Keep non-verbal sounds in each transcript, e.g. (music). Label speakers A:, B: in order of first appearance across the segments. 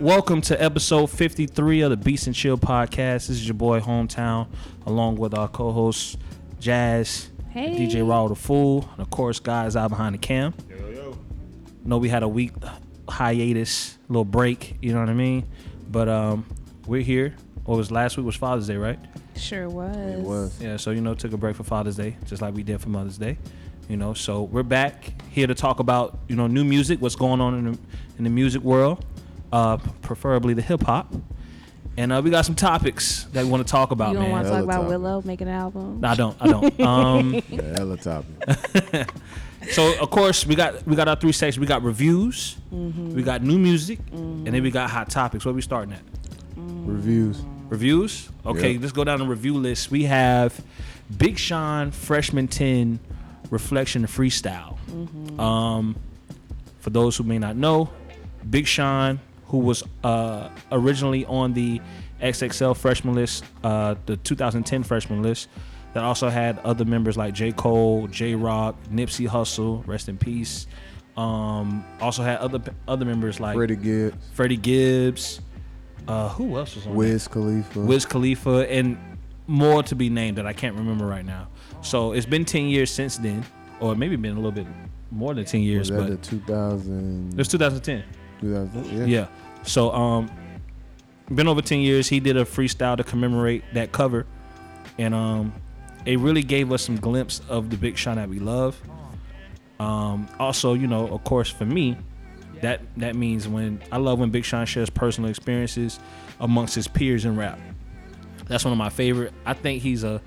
A: Welcome to episode 53 of the Beats and Chill podcast. This is your boy Hometown, along with our co hosts Jazz,
B: Hey.
A: DJ Raul the Fool, and of course, guys out behind the cam. know we had a week hiatus, little break, you know what I mean? But um, we're here. What was last week was Father's Day, right?
B: Sure was. It
C: was.
A: Yeah, so you know, took a break for Father's Day, just like we did for Mother's Day. You know, so we're back here to talk about you know new music, what's going on in the, in the music world, uh, preferably the hip hop, and uh, we got some topics that we want to talk about,
B: You don't
A: man.
B: want to talk
C: Hella
B: about
C: topic.
B: Willow making an album?
A: No, I don't. I
B: (laughs)
A: don't. um,
C: Yeah, hella topic.
A: so of course we got we got our three sections. We got reviews,
B: Mm-hmm.
A: we got new music, and then we got hot topics. Where we starting at?
C: Reviews.
A: Reviews. Okay,
C: Yeah.
A: let's go down the review list. We have Big Sean Freshman Ten Reflection Freestyle. Um, for those who may not know, Big Sean, who was uh, originally on the XXL freshman list, uh, the 2010 freshman list, that also had other members like J. Cole, J. Rock, Nipsey Hussle, rest in peace. Um, also had other other members like
C: Freddie Gibbs,
A: Freddie Gibbs. Uh, who else was on? that?
C: Wiz Khalifa.
A: Wiz Khalifa, and more to be named that I can't remember right now. So it's been 10 years since then, or maybe been a little bit more than 10
C: was
A: years,
C: that
A: but
C: the
A: it
C: 2000?
A: was 2010.
C: 2000 yeah.
A: Yeah. So um, been over 10 years. He did a freestyle to commemorate that cover, and um, it really gave us some glimpse of the Big Sean that we love. Um, also, you know, of course, for me, that that means when I love when Big Sean shares personal experiences amongst his peers in rap. That's one of my favorite. I think he's a,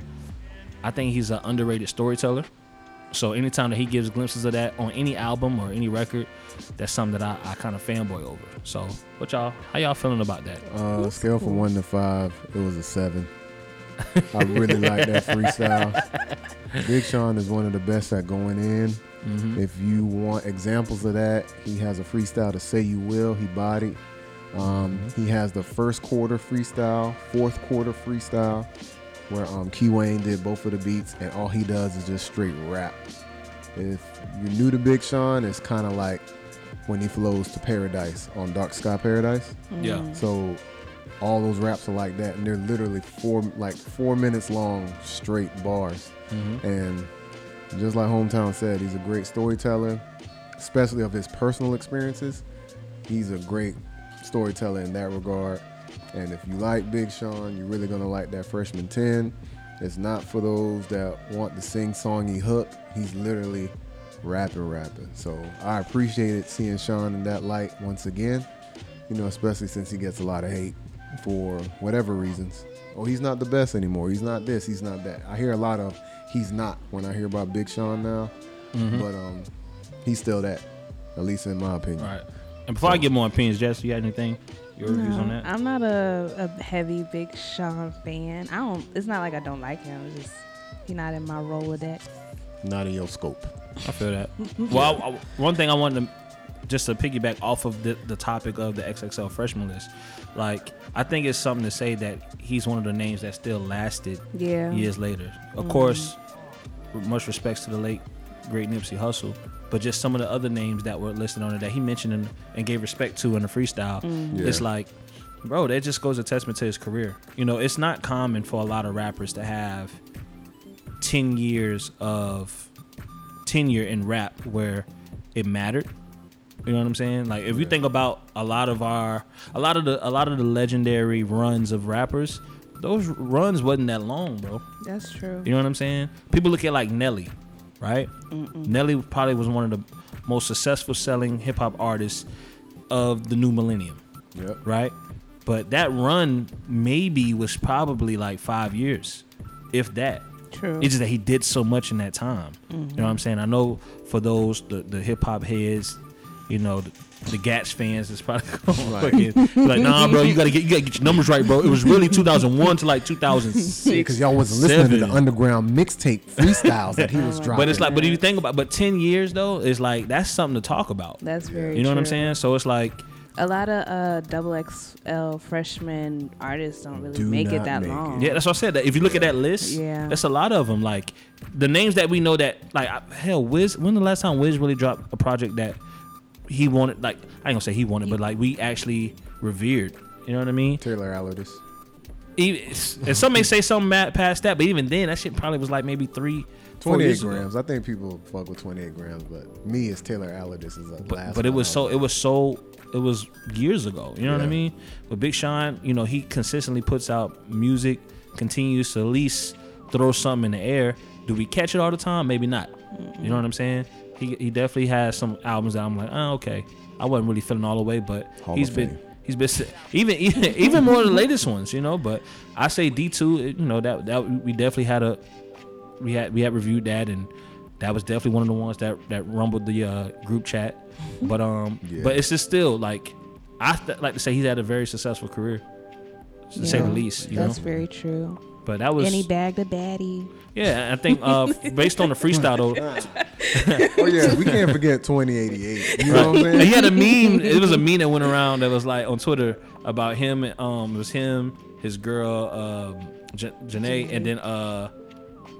A: I think he's an underrated storyteller. So anytime that he gives glimpses of that on any album or any record, that's something that I, I kind of fanboy over. So what y'all, how y'all feeling about that?
C: Uh, scale from one to five, it was a seven. I really like that freestyle. Big Sean is one of the best at going in. If you want examples of that, he has a freestyle to "Say You Will." He bodied. Um, He has the first quarter freestyle, fourth quarter freestyle, where um, Key Wayne did both of the beats, and all he does is just straight rap. If you're new to Big Sean, it's kind of like when he flows to Paradise on Dark Sky Paradise.
A: Yeah,
C: So all those raps are like that, and they're literally four like four minutes long straight bars.
A: Mm-hmm.
C: And just like hometown said, he's a great storyteller, especially of his personal experiences. He's a great storyteller in that regard. And if you like Big Sean, you're really gonna like that Freshman Ten. It's not for those that want the sing-songy hook. He's literally rapping, rapping. So I appreciated seeing Sean in that light once again you know, especially since he gets a lot of hate for whatever reasons. Oh, he's not the best anymore. He's not this. He's not that. I hear a lot of he's not when I hear about Big Sean now,
A: Mm-hmm.
C: but um, he's still that, at least in my opinion.
A: All right. And before I get more opinions, Jess, you got anything? Your reviews
B: No,
A: on that?
B: I'm not a, a heavy Big Sean fan. I don't. It's not like I don't like him. It's just he's not in my Rolodex.
C: Not in your scope.
A: I feel
B: (laughs)
A: that. well, I, I- one thing I wanted to just to piggyback off of the, the topic of the XXL freshman list, like I think it's something to say that he's one of the names that still lasted
B: Yeah. Mm-hmm.
A: years later. Of course, with much respects to the late great Nipsey Hussle, but just some of the other names that were listed on it that he mentioned and, and gave respect to in the freestyle. It's
C: Yeah.
A: like, bro, that just goes a testament to his career. You know, it's not common for a lot of rappers to have ten years of tenure in rap where it mattered. You know what I'm saying? Like if you think about a lot of our a lot of the a lot of the legendary runs of rappers, those runs wasn't that long, bro.
B: That's true.
A: You know what I'm saying? People look at like Nelly, right? Nelly probably was one of the most successful selling hip hop artists of the new millennium,
C: Yep.
A: right? But that run maybe was probably like five years, if that.
B: True.
A: It's just that he did so much in that time. You know what I'm saying? I know for those the, the hip hop heads, you know, the, the Gats fans is probably going
C: Right.
A: (laughs) fucking, like, nah, bro, you gotta get you gotta get your numbers right, bro. It was really 2001 to like 2006.
C: Because y'all wasn't listening to the
A: Seven.
C: underground mixtape freestyles that he was
A: (laughs)
C: dropping.
A: But it's like, but if you think about, but ten years though, it's like that's something to talk about.
B: That's very.
A: you know what I'm
B: true.
A: saying? So it's like,
B: A lot of uh, double XL freshman artists don't really
C: Do
B: make it
C: not
B: that
C: make it.
B: long.
A: yeah, that's what I said. That if you look at that list,
B: Yeah.
A: that's a lot of them. Like the names that we know that, like I- hell, Wiz. When the last time Wiz really dropped a project that he wanted? Like I ain't gonna say he wanted, but like we actually revered. You know what I mean?
C: Taylor Allertis.
A: Even, and some may say something ma- past that, but even then, that shit probably was like maybe three, four years
C: 28
A: ago.
C: grams. I think people fuck with 28 grams, but me as Taylor Allertis is like
A: but
C: last.
A: but it
C: one
A: was
C: I
A: so it was so it was years ago. You know what I
C: Yeah.
A: mean? But Big Sean, you know, he consistently puts out music, continues to at least throw something in the air. Do we catch it all the time? Maybe not. You know what I'm saying? He he definitely has some albums that I'm like, oh, okay. I wasn't really feeling all the way, but
C: Hall
A: he's
C: of
A: been
C: Fame.
A: he's been si- even (laughs) even even more of the latest ones, you know. But I say D two, you know that that we definitely had a we had we had reviewed that and that was definitely one of the ones that that rumbled the uh, group
B: (laughs)
A: chat but um
C: Yeah.
A: but it's just still like i th- like to say he's had a very successful career to say the
B: Yeah,
A: least you know
B: That's very true.
A: but that was
B: And he bagged a baddie.
A: yeah i think
B: (laughs)
A: uh based on the freestyle though
C: Oh yeah, we can't forget 2088. You know what I'm
A: and he
C: saying?
A: had a meme it was a meme that went around that was like on twitter about him um it was him his girl um J- Janae, and then uh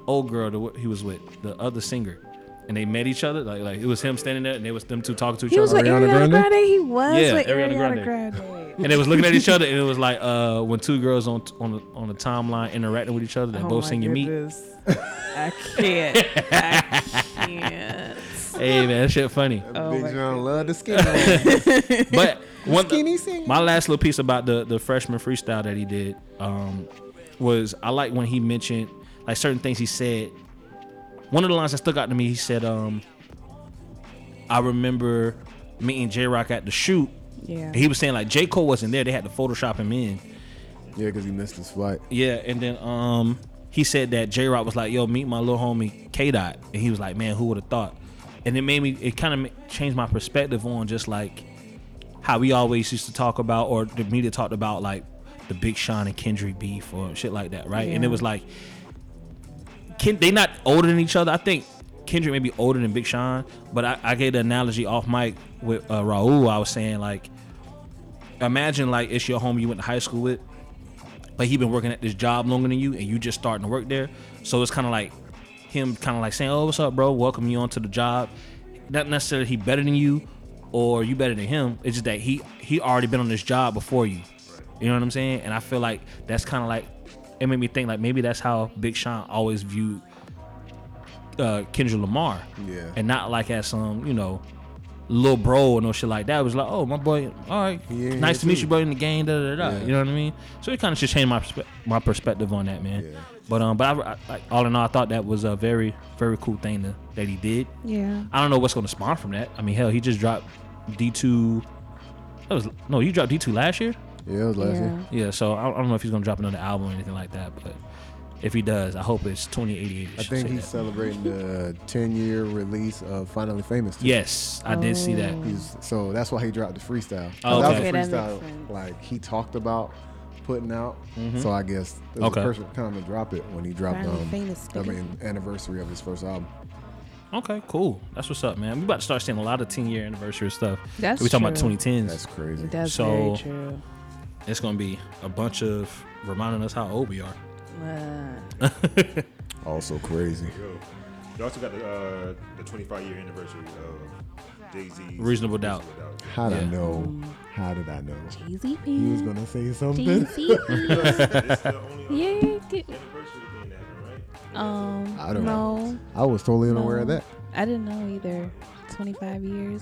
A: old girl that he was with the other singer and they met each other like like it was him standing there and they was them two talking to each
B: He was
A: other
B: with
C: Ariana
B: Ariana
C: Grande?
B: Grande? He was
A: Yeah,
B: with
A: Ariana
B: Ariana,
A: Grande.
B: Grande.
A: and they was looking at each other, and it was like uh, when two girls on on the, on the timeline interacting with each other,
C: Oh
A: they both sing your meat.
B: Oh I can't. I can't.
A: Hey man, that shit funny. (laughs)
B: Oh
C: Big
B: my
C: John love the skinny,
A: But one,
C: skinny singer.
A: my last little piece about the the freshman freestyle that he did um, was I like when he mentioned like certain things he said. One of the lines that stuck out to me, he said, um, "I remember meeting J Rock at the shoot."
B: Yeah.
A: And he was saying like J Cole wasn't there; they had to Photoshop him in.
C: yeah, because he missed his flight.
A: Yeah, and then um he said that J Rock was like, "Yo, meet my little homie K Dot," and he was like, "Man, who would have thought?" And it made me, it kind of changed my perspective on just like how we always used to talk about, or the media talked about, like the Big Sean and Kendrick beef or shit like that, right? And it
B: Yeah.
A: was like, Ken, they not older than each other. I think Kendrick may be older than Big Sean, but I, I gave the analogy off mic with uh, Raul. I was saying like, imagine like it's your homie you went to high school with, but he been working at this job longer than you, and you just starting to work there. So it's kind of like him, kind of like saying, "Oh, what's up, bro? Welcome you onto the job." Not necessarily he better than you, or you better than him. It's just that he he already been on this job before you. You know what I'm saying? And I feel like that's kind of like it made me think like maybe that's how Big Sean always viewed uh, Kendrick Lamar.
C: Yeah.
A: And not like as some you know little bro or no shit like that. It was like, oh my boy, all right,
C: He in
A: nice
C: here
A: to meet
C: too.
A: you, bro, in the game. Da, da, da, da.
C: Yeah.
A: You know what I mean? So it kind of just changed my perspe- my perspective on that, man.
C: Yeah.
A: But um, but I, I, like, all in all, I thought that was a very very cool thing to, that he did.
B: Yeah.
A: I don't know what's going to spawn from that. I mean, hell, he just dropped D two. That was no, you dropped D two last year.
C: Yeah, it was last
B: Yeah.
C: year.
A: Yeah, so I I don't know if he's gonna drop another album or anything like that, but if he does, I hope it's 2088.
C: I think he's celebrating the 10 year release of Finally Famous. too.
A: Yes, I did see that.
B: Oh.
C: He's- so that's why he dropped the freestyle.
A: Oh,
C: That was
A: okay.
C: a
B: Okay, that makes
C: freestyle
B: sense.
C: like he talked about putting out. So I guess it was
A: Mm-hmm. Okay.
C: the perfect time to drop it when he dropped
B: Finally
C: um,
B: Famous,
C: I
B: nigga.
C: mean anniversary of his first album.
A: Okay, cool. That's what's up, man. We about to start seeing a lot of 10 year anniversary stuff.
B: That's
A: we talking
B: true.
A: about 2010s.
C: That's crazy.
B: That's
A: So-
B: very true.
A: it's gonna be a bunch of reminding us how old we are.
B: Uh,
C: Also crazy.
D: Yo, you also got the, uh, the 25 year anniversary of Daisy.
A: Reasonable Doubt.
C: How did I
A: Yeah.
C: know? How did I know?
B: easy
C: He was
B: peasy.
C: gonna say something.
B: Easy.
C: (laughs)
D: it's the only
B: (laughs)
D: other
B: Yeah. get-
D: anniversary thing that happened, right?
B: Um.
C: I don't
B: no,
C: know. I was totally unaware of
B: No.
C: that.
B: I didn't know either. 25 years.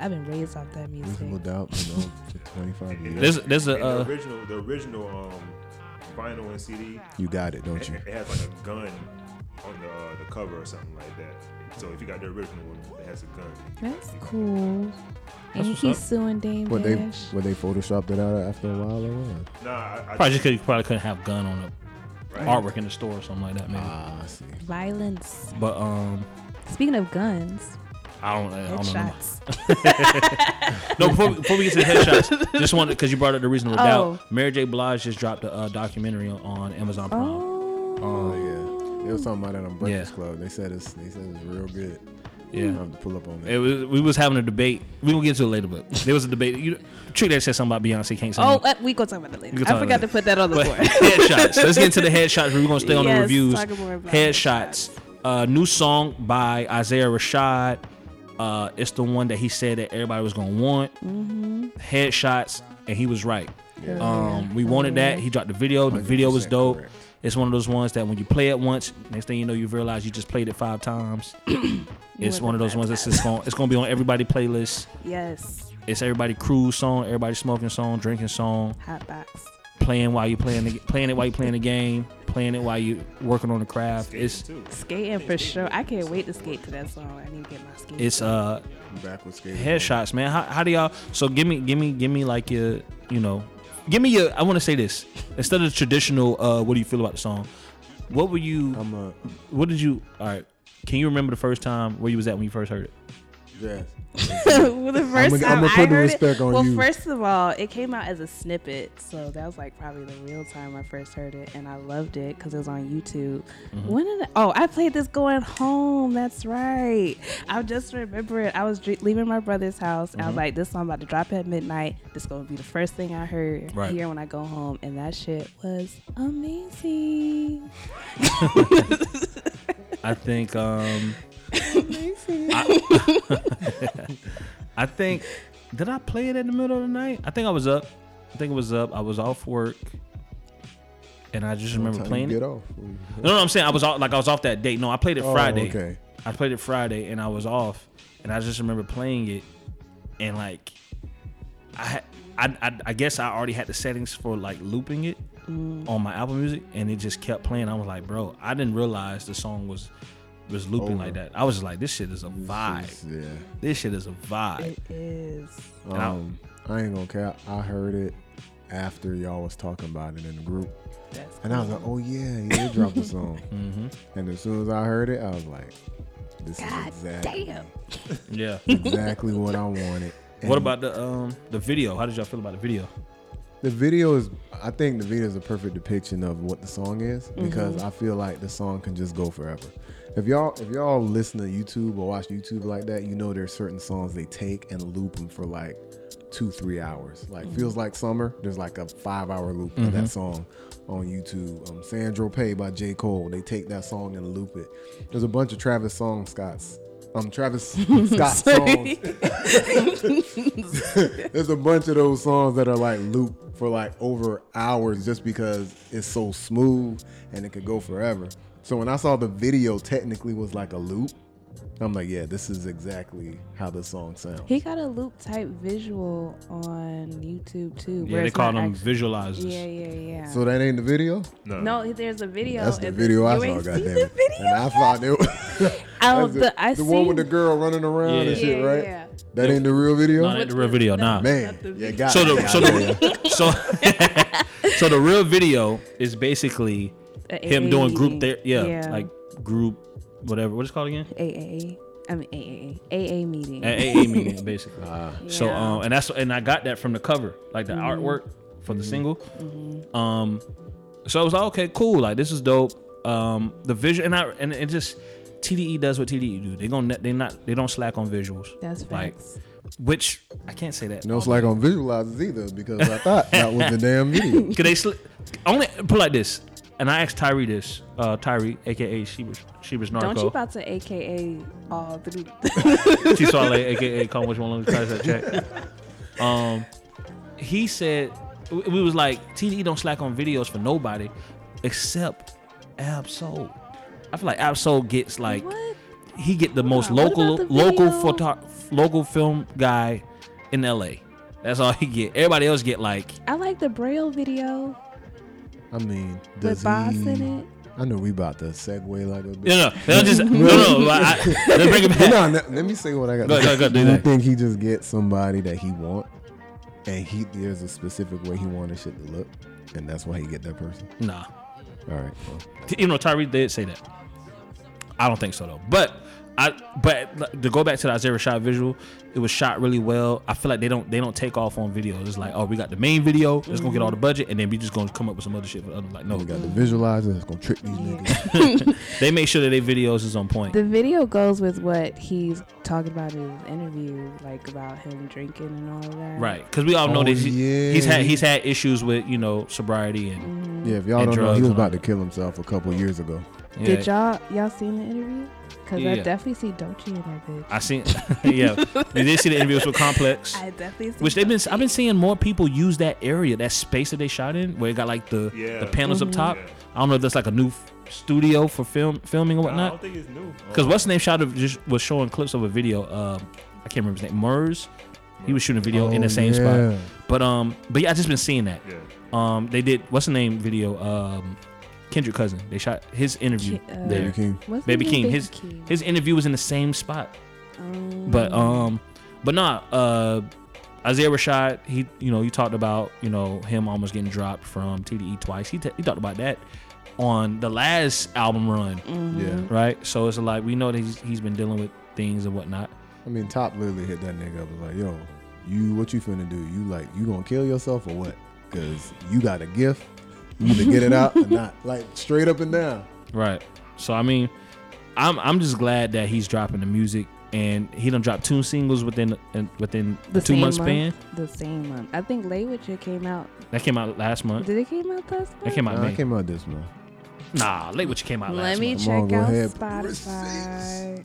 B: I've been raised off that music.
C: Reasonable doubt. You know, for 25 years.
A: There's there's a
D: And
A: uh,
D: the original, the original um, vinyl and CD,
C: you got it, don't
D: it,
C: you?
D: it has like a gun on the, uh, the cover or something like that. So if you got the original one, it has a gun.
B: That's cool. and
A: what's
B: he's
A: up.
B: suing Dame
C: But they
B: Dash.
C: but they photoshopped it out after a while or what?
D: Nah, I, I
A: probably just 'cause you probably couldn't have gun on a
D: right? Uh,
A: artwork in the store or something like that, maybe.
C: Ah, I see.
B: Violence.
A: but um,
B: Speaking of guns,
A: I don't, I don't know.
B: headshots.
A: (laughs) No, before, before we get to the
B: (laughs)
A: headshots, just wanted because you brought up the reasonable
B: Oh.
A: doubt. Mary J. Blige just dropped a uh, documentary on, on Amazon Prime.
B: Oh.
C: Oh yeah. They was talking about it on Breakfast
A: Yeah.
C: Club. They said it's they said it's real good.
A: Yeah.
C: I have to pull up on that.
A: It was we was having a debate. We will get to it later, but there was a debate. You, Trick that said something about Beyonce can't sing.
B: Oh, uh, we go talk about that later.
A: Um, We gonna talk
B: I forgot
A: about
B: to put that on the
A: but
B: board.
A: headshots. Let's get into the headshots. We're gonna stay on the
B: Yes,
A: reviews.
B: talk more about
A: Headshots. Uh, new song by Isaiah
B: Mm-hmm.
A: Rashad. Uh, it's the one that he said that everybody was gonna want. Headshots. and he was right.
C: Yeah.
A: Um, we wanted that. He dropped the video. The video was
C: 100%
A: dope.
C: correct.
A: It's one of those ones that when you play it once, next thing you know, you realize you just played it five times. (laughs) it's
B: went
A: one of
B: the
A: those
B: five
A: ones that's just going. It's going to be on everybody playlist.
B: Yes.
A: It's everybody cruise song, everybody smoking song, drinking song,
B: Hot box.
A: playing while you playing the, playing it while you playing the game, playing it while you working on the craft. It's
D: too.
B: Skating for sure. I can't wait to skate to that song. I need to get my skate.
A: it's uh
C: Backwards skating.
A: headshots, man. How, how do y'all? So give me, give me, give me like your, you know, give me your. I want to say this instead of the traditional. Uh, what do you feel about the song? What were you?
C: I'm a
A: what did you? All right. Can you remember the first time where you was at when you first heard it?
C: jazz.
B: well, (laughs) the 1st
C: I'ma-
B: time
C: I'ma
B: i
C: put the
B: heard it.
C: respect on
B: well,
C: you.
B: first of all, it came out as a snippet, so that was like probably the real time I first heard it, and I loved it because it was on YouTube.
C: Mm-hmm.
B: When did I, oh I played this going home? That's right. I just remember it. I was dr- leaving my brother's house, and I
C: Mm-hmm.
B: was like, "This song about to drop at midnight. This gonna be the first thing I heard
A: Right.
B: here when I go home." And that shit was amazing.
A: I think. um
B: Amazing.
A: (laughs) I think. Did I play it in the middle of the night? I think I was up. I think it was up. I was off work, and I just remember
C: Time to
A: playing it.
C: Get
A: No,
C: off.
A: no, I'm saying I was off. Like I was off that date. No, I played it
C: Oh,
A: Friday.
C: okay.
A: I played it Friday and I was off, and I just remember playing it, and like, I had- I I, I guess I already had the settings for like looping it on my Apple Music, and it just kept playing. I was like, bro, I didn't realize the song was was looping like that. I was just like, this shit is a vibe.
C: Yeah.
A: This shit is a vibe.
B: it is.
A: And I-
C: Um, I ain't gonna care. I heard it after y'all was talking about it in the group,
B: That's
C: and I was like, "Oh yeah, you did drop
A: (laughs)
C: a song."
A: Mm-hmm.
C: And as soon as I heard it, I was like, "This
B: God
C: is exactly
B: damn.
A: yeah.
C: exactly what I wanted."
A: what
C: And
A: about the um the video? How did y'all feel about the video?
C: the video? Is I think the video is a perfect depiction of what the song is because I feel like the song can just go forever. If y'all if y'all listen to YouTube or watch YouTube like that, you know there's certain songs they take and loop them for like two three hours. Like feels like summer. There's like a five hour loop of that song on YouTube. Um, Sandro Pay by J Cole. They take that song and loop it. There's a bunch of Travis song Scott's. Um, Travis Scott songs. There's a bunch of those songs that are like loop for like over hours just because it's so smooth and it could go forever. So when I saw the video technically was like a loop, I'm like, yeah, this is exactly how the song sounds.
B: He got a loop type visual on YouTube too.
A: Yeah,
B: where
A: they
B: it's
A: called
B: not
A: them
B: act-
A: visualizers.
B: yeah, yeah, yeah.
C: So that ain't the video?
D: No,
B: no, there's a video.
C: That's the
B: and
C: video I
B: you
C: saw,
B: ain't
C: goddamn
B: seen
C: it.
B: the video.
C: And I thought it was
B: Oh,
C: that's
B: the, I
C: the one with the
B: seen-
C: girl running around
A: Yeah.
C: and shit,
B: Yeah,
C: right?
B: yeah.
C: That ain't the real video?
A: Nah, that ain't the real video. Nah.
C: Man,
B: Not the
C: yeah,
B: video.
C: got
A: So
C: it,
A: the
C: got
A: so
C: it, Uh, yeah.
A: the (laughs) so so the real video is basically
B: A
A: him
B: AA
A: doing group
B: meeting.
A: there. Yeah,
B: Yeah.
A: like group whatever. What is it called again?
B: AAA. I mean AAA. AA meeting.
A: An
B: (laughs)
A: AA meeting basically.
C: Uh,
A: So
B: Yeah. Mm-hmm.
A: um, and that's and I got that from the cover, like the artwork for the single. Um, so I was like, okay, cool. Like this is dope. Um, the visual and I and it just TDE does what TDE do. They gonna they not they don't slack on visuals.
B: That's
A: like
B: facts.
A: which I can't say that.
C: No, it's like on visualizers either because I thought that was the damn video.
A: Could they sli- only put it like this? And I asked Tyree this, uh, Tyree, aka Sheba's Sheba's
B: Don't you
A: Narco,
B: about to AKA all through?
A: T Soleil, aka Come Which One Long Tyree said check. Um, he said we we was like TDE don't slack on videos for nobody except Absol. I feel like Absol gets like
B: what?
A: he get the most
B: Wow, what
A: local
B: about the
A: local
B: video?
A: photo local film guy in LA. That's all he get. Everybody else get like
B: I like the Braille video
C: I mean,
B: (laughs) with
C: does
B: Boss
C: he-
B: in it.
C: I know we about to segue like a bitch.
A: no no they'll just no no. like, I, they bring it back.
C: (laughs) But no, no, let me say what I got.
A: Go
C: to
A: ahead,
C: say.
A: go ahead, do
C: Do you
A: that.
C: think he just gets somebody that he want, and he there's a specific way he wanted shit to look, and that's why he get that person?
A: Nah.
C: All right. Well,
A: T- You know, Tyree did say that. I don't think so though. But I but like, to go back to the Isaiah shot visual, it was shot really well. I feel like they don't they don't take off on videos. It's like, oh, we got the main video, it's gonna get all the budget, and then we just gonna come up with some other shit. For the other. Like, no,
C: we got the visualizer that's gonna trick
A: (laughs)
C: these niggas.
A: they make sure that their videos is on point.
B: The video goes with what he's talking about in his interview, like about him drinking and all of that.
A: Right, because we all know
C: Oh,
A: that he-
C: yeah.
A: he's had he's had issues with you know sobriety and
B: Mm-hmm.
C: Yeah, if y'all
A: And
C: don't know,
A: drugs
C: he was
A: and all
C: about to kill himself a couple years ago.
A: yeah.
B: Did y'all y'all seen the interview? because I
A: Yeah.
B: definitely see Dolce in that bitch.
A: I seen, (laughs) yeah, you did see the interviews with Complex,
B: (laughs) I definitely see
A: which they've been. I've been
B: Dolce.
A: seeing more people use that area, that space that they shot in, where it got like the
D: Yeah.
A: the panels up top.
D: Yeah.
A: I don't know if that's like a new f- studio for film filming or
D: I
A: whatnot.
D: don't think it's new.
A: Because what's the name shot of just was showing clips of a video. Um, I can't remember his name. Murs. He was shooting a video in
C: Oh,
A: the same
C: yeah.
A: spot. But um, but yeah, I just been seeing that.
D: Yeah.
A: Um, they did what's the name video? Um, Kendrick Cousin. They shot his interview.
B: Ki- uh,
A: there.
C: Baby King.
B: What's
A: Baby
B: the
A: King,
B: name?
A: his-
B: King.
A: His interview was in the same spot.
B: Um,
A: But um, but nah. Uh, Isaiah Rashad. He you know you talked about you know him almost getting dropped from TDE twice. He t- he talked about that on the last album run,
C: Yeah.
A: right? So it's like we know that he's, he's been dealing with things and whatnot.
C: I mean, Top literally hit that nigga up was like, "Yo, you what you finna do? You like you gonna kill yourself or what? Cause you got a gift. You either get it out or (laughs) not. Like straight up and down.
A: Right. So I mean, I'm I'm just glad that he's dropping the music and he done dropped two singles within in- within the, two
B: same
A: month span.
B: The same month. I think Lay With You came out.
A: That came out last month.
B: Did it came out last month?
A: That came out.
C: Nah, I
A: May.
C: came out this month.
A: nah, late which came out
B: Let
A: last
B: me
A: month.
C: Come on,
B: check
C: go
B: out
C: ahead.
B: Spotify.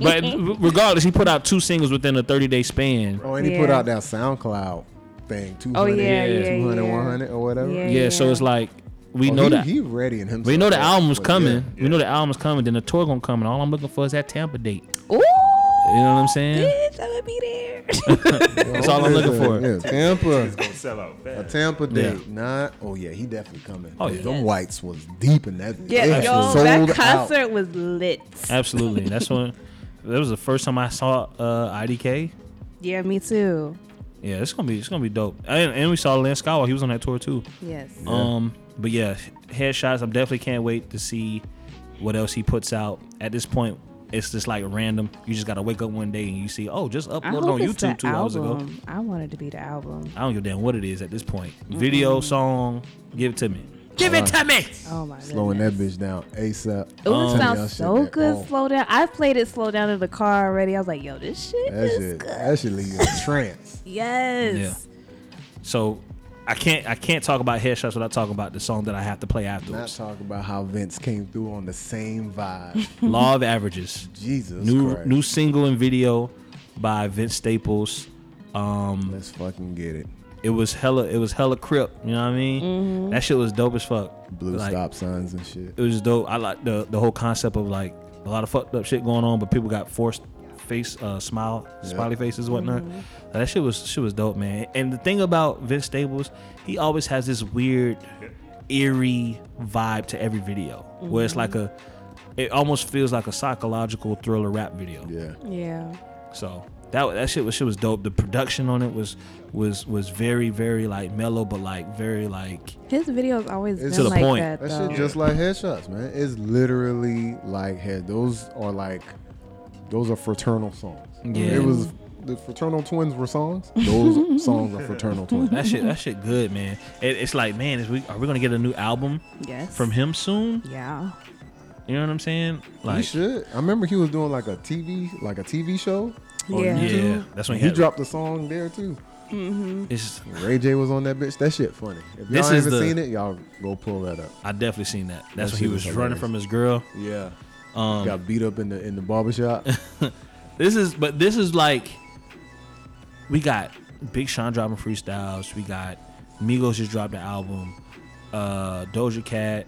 B: (laughs)
A: But r- regardless, he put out two singles within a 30 day span.
C: Oh, and he put
B: Yeah.
C: out that SoundCloud thing. 200,
B: oh yeah, yeah,
A: Yeah.
B: yeah,
C: 200,
B: yeah.
C: 100 or whatever.
A: Yeah,
B: Yeah.
A: So it's like we
C: Oh,
A: know
C: he,
A: that.
C: he ready in himself.
A: we know the album's
C: But
A: coming.
D: yeah.
A: We know the album's coming. Then the tour gonna come, and all I'm looking for is that Tampa date.
B: (laughs) Ooh,
A: You know what I'm saying?
B: bitch, I'm gonna be there.
A: (laughs)
C: yeah.
A: That's all I'm looking for.
C: Yeah, Tampa.
D: It's gonna sell out
C: A
D: fast.
C: Tampa
A: Yeah.
C: date, not. Oh yeah, he definitely coming.
A: Oh, yeah.
C: them whites was deep in that.
B: yeah,
C: they
B: yo, that
C: sold
B: concert
C: out.
B: was lit.
A: (laughs) Absolutely. That's when. That was the first time I saw uh, IDK.
B: Yeah, me too.
A: Yeah, it's gonna be it's gonna be dope. And, and we saw Lance Skywalker. He was on that tour too.
B: Yes.
A: Um, but yeah, headshots. I definitely can't wait to see what else he puts out. At this point, it's just like random. You just gotta wake up one day and you see, oh, just
B: I
A: uploaded
B: hope
A: on
B: it's
A: YouTube
B: the
A: two hours ago.
B: album. I wanted to be the album.
A: I don't give a damn what it is at this point. Video, song, give it to me. Give it to me.
B: Oh my god.
C: Slowing that bitch down ASAP.
B: Ooh,
A: Um,
B: it
C: Y'all shit
B: sounds so
C: that-
B: good.
C: oh,
B: Slow down. I played it slow down in the car already. I was like, yo, this shit
C: That
B: is
C: shit,
B: good.
C: that shit leave you in
B: (laughs)
C: a trance.
B: Yes.
A: So I can't I can't talk about headshots without talking about the song that I have to play
B: (laughs)
C: Not
A: afterwards.
C: talk about how Vince came through on the same vibe.
A: Law of averages.
C: Jesus
A: new
C: Christ.
A: new single and video by Vince Staples. Um,
C: Let's fucking get it.
A: it was hella it was hella crip. You know what I mean? That shit was dope as fuck.
C: Blue
A: Like,
C: stop signs and shit.
A: It was dope. I like the the whole concept of like a lot of fucked up shit going on, but people got forced face uh smile smiley faces and whatnot. That shit was shit was dope, man. And the thing about Vince Staples, he always has this weird eerie vibe to every video where it's like a it almost feels like a psychological thriller rap video.
C: Yeah.
B: Yeah.
A: So that that shit was shit was dope. The production on it was was was very very like mellow, but like very like
B: His videos always
C: It's
A: to
B: been
A: the
B: like
A: point.
B: that.
C: That
B: Though.
C: shit just like headshots, man. It's literally like head. Those are like, those are fraternal songs.
A: Yeah.
C: It was the fraternal twins
B: (laughs)
C: were songs. Those songs are fraternal twins.
A: that shit that shit good, man. It, it's like man, is we are we gonna get a new album
B: yes.
A: from him soon?
B: Yeah.
A: You know what I'm saying?
C: You
A: Like
C: should. I remember he was doing like a TV, like a TV show. on
B: Yeah.
C: YouTube.
A: Oh, yeah, that's when
C: Oh, He
A: had-
C: dropped the song there too.
A: It's,
C: Ray J was on that bitch. That shit funny. If y'all
A: This
C: ain't
A: is
C: even
A: the-
C: seen it, y'all go pull that up.
A: I definitely seen that. That's when
C: That
A: he
C: shit
A: was
C: was
A: running
C: hilarious.
A: from his girl.
C: Yeah.
A: Um,
C: Got beat up in the in
A: (laughs)
C: the barbershop.
A: This is but this is like we got Big Sean dropping freestyles. We got Migos just dropped an album. Uh, Doja Cat,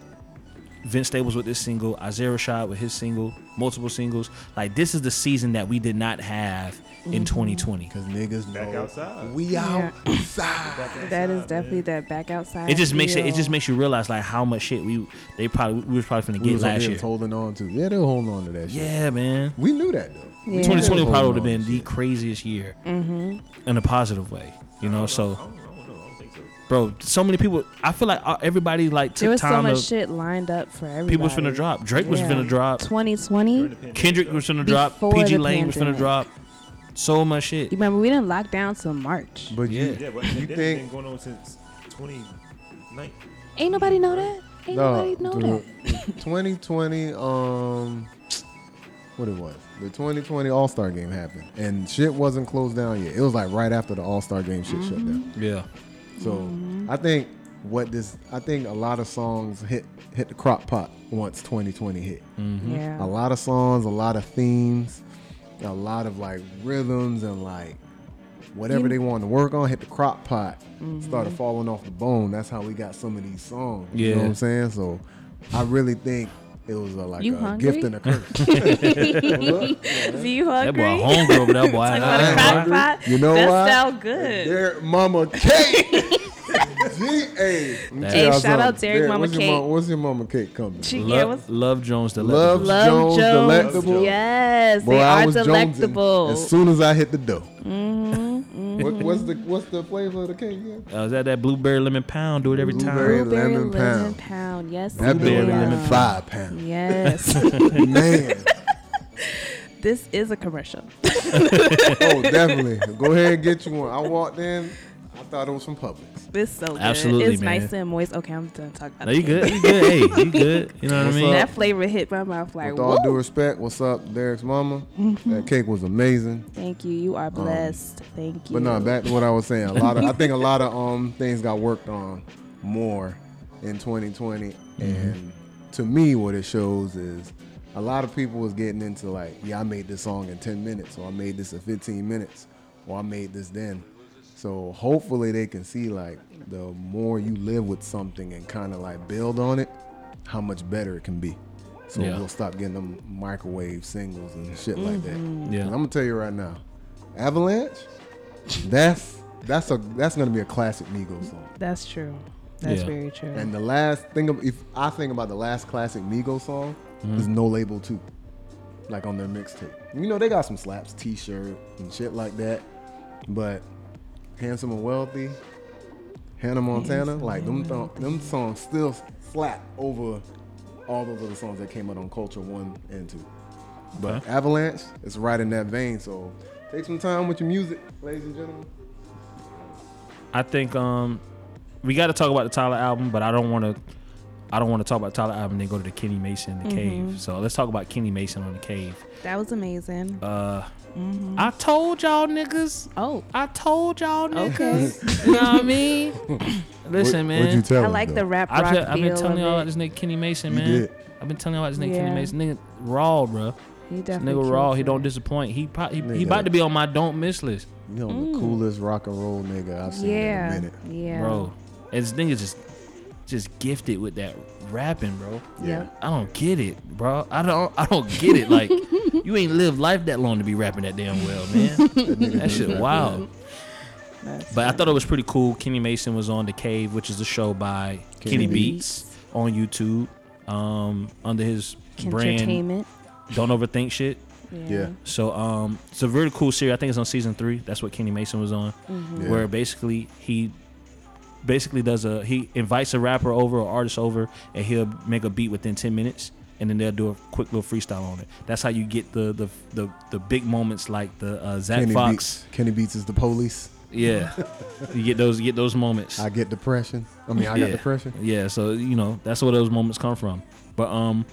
A: Vince Staples with this single, Isaiah Rashad with his single, multiple singles. Like this is the season that we did not have in 2020.
C: Cause niggas know
D: Back outside.
C: we
B: Yeah.
C: outside.
B: That is definitely that back outside.
A: It just makes it, it
B: feel.
A: just makes you realize like how much shit we they probably we was probably finna
C: we
A: get
C: was over
A: last
C: here
A: year.
C: holding on to. Yeah, they were holding on to that shit.
A: Yeah, man.
C: We knew that though.
B: Yeah.
A: 2020 probably would
C: Holding
A: have been
C: on
A: the
C: to
A: craziest year in a positive way. You know, so.
D: I don't, I don't know. I don't think so.
A: bro. So many people. I feel like uh, everybody like took
B: There was so
A: time
B: much
A: to.
B: shit lined up for everybody.
A: People was finna drop. Drake was
B: Yeah.
A: finna drop.
B: 2020.
D: During the
B: You
D: pandemic,
A: Kendrick was finna drop.
B: Before
A: PG
B: the
A: Lane was finna
B: pandemic.
A: drop. So much shit.
B: remember we didn't lock down till March.
C: But you,
D: Yeah, but
C: you
D: pandemic been
C: think?
D: going on since 2019.
B: Ain't nobody know that. Ain't
C: No,
B: nobody know
C: dude,
B: that.
C: (laughs) 2020. Um, what it was? The 2020 All Star Game happened, and shit wasn't
B: Mm-hmm.
C: closed down yet. It was like right after the All Star Game shit shut down.
A: Yeah.
C: So I think what this. I think a lot of songs hit hit the crop pot once 2020 hit.
B: Yeah.
C: A lot of songs, a lot of themes, a lot of like rhythms and like whatever
B: You-
C: they wanted to work on hit the crop pot.
B: Mm-hmm.
C: Started falling off the bone. That's how we got some of these songs. You know
A: Yeah.
C: what I'm saying? So I really think it was a, like
B: You
C: a
B: hungry?
C: gift and a curse.
B: Do you
A: That
B: hungry?
A: boy hungry over that boy.
B: Talking
A: I
B: about a
A: ain't
B: crock
A: hungry.
B: pot?
C: You know
B: that
C: why?
B: sound good.
C: There, Mama
B: (laughs)
C: Cake. G A.
B: Hey, shout out Derek Mama
C: what's
B: Cake.
C: Your mama, what's your Mama Cake company?
B: She, (laughs) yeah,
A: Love,
B: what's-
A: Love Jones, the
C: Love
A: Leopard.
B: Love
C: Jones,
B: Jones.
C: Delectable?
B: Yes,
C: Boy,
B: they
C: I
B: are
C: was jonesing
B: delectable.
C: As soon as I hit the dough.
B: Mm-hmm,
C: What, what's the what's the flavor of the cake? Yeah?
A: Uh, is that that blueberry lemon pound? Do it every
C: Blueberry.
A: time.
B: Blueberry
C: Lemon
B: lemon,
C: pound.
B: pound. Yes,
C: That
A: Blueberry
C: been
A: lemon
C: like
B: ma'am.
C: five pounds.
B: Yes,
C: Man.
B: this is a commercial.
C: Oh, definitely. Go ahead and get you one. I walked in. I thought it was from Publix.
B: This so good.
A: Absolutely,
B: it's
A: man.
B: nice and moist. Okay, I'm done talking about
A: No, you
B: the
A: good.
B: cake.
A: You good.
B: (laughs)
A: Hey, you good. You know what I
C: What's
A: mean?
B: That flavor hit my mouth like,
C: With all
B: woo.
C: due
B: Mm-hmm.
C: respect, what's up, Derek's mama? That cake was amazing.
B: Thank you. You are blessed. Thank you.
C: But no, back to what I was saying. A lot of I think a lot of um things got worked on more in 2020,
B: Mm-hmm.
C: and to me, what it shows is a lot of people was getting into like, yeah, I made this song in 10 minutes, or I made this in 15 minutes, or I made this then. So hopefully they can see like the more you live with something and kind of like build on it, how much better it can be. So
A: Yeah.
C: we'll stop getting them microwave singles and shit like
B: Mm-hmm.
C: that.
A: Yeah.
C: And I'm gonna tell you right now, Avalanche. That's that's a that's gonna be a classic Migos song.
B: That's true. That's
A: Yeah.
B: very true.
C: And the last thing of, if I think about the last classic Migos song is No Label Two, like on their mixtape. You know they got some slaps, T-shirt and shit like that, but Handsome and Wealthy, Hannah Montana, like them th- them songs still slap over all those other songs that came out on Culture One and Two. But
A: Okay.
C: Avalanche is right in that vein, so take some time with your music, ladies and gentlemen.
A: I think um we got to talk about the Tyler album, but I don't want to. I don't want to talk about Tyler album. Then go to the Kenny Mason, the
B: Mm-hmm.
A: Cave. So let's talk about Kenny Mason on the Cave.
B: that was amazing.
A: Uh, I told y'all niggas.
B: oh,
A: I told y'all niggas.
B: okay.
A: You know what I (laughs) mean? Listen, man.
C: tell
B: I like the rap rock
A: I've, been- I've
B: feel
A: been telling y'all about
B: of it.
A: this nigga Kenny Mason,
C: You
A: man.
C: did.
A: I've been telling y'all about this nigga Kenny
B: Yeah.
A: Mason. Nigga raw, bro.
B: He
A: This
B: definitely
A: nigga raw.
B: kills
A: He
B: it.
A: don't disappoint. He pro- he, he
C: Nigga.
A: about to be on my don't miss list,
C: You know, the coolest rock and roll nigga I've seen
B: Yeah,
C: in a minute.
B: yeah,
A: bro. And this nigga just just gifted with that rapping, bro.
B: Yeah.
A: I don't get it, bro. I don't I don't get it.
B: (laughs)
A: Like you ain't lived life that long to be rapping that damn well, man. that shit wild.
B: That's
A: But I thought it was pretty cool. Kenny Mason was on The Cave, which is a show by Kenny, Beats, on YouTube um, under his brand
B: entertainment.
A: Don't Overthink Shit.
C: Yeah.
A: So um, it's a really cool series. I think it's on season three. That's what Kenny Mason was on,
C: Yeah.
A: where basically he basically does a he invites a rapper over or artist over, and he'll make a beat within ten minutes, and then they'll do a quick little freestyle on it. That's how you get the the the, the big moments like the uh, Zach
C: Kenny
A: Fox.
C: Beats. Kenny Beats is the police. (laughs)
A: Yeah, you get those you get those moments.
C: I get depression. I mean, I got depression.
A: Yeah, so you know that's where those moments come from. But um,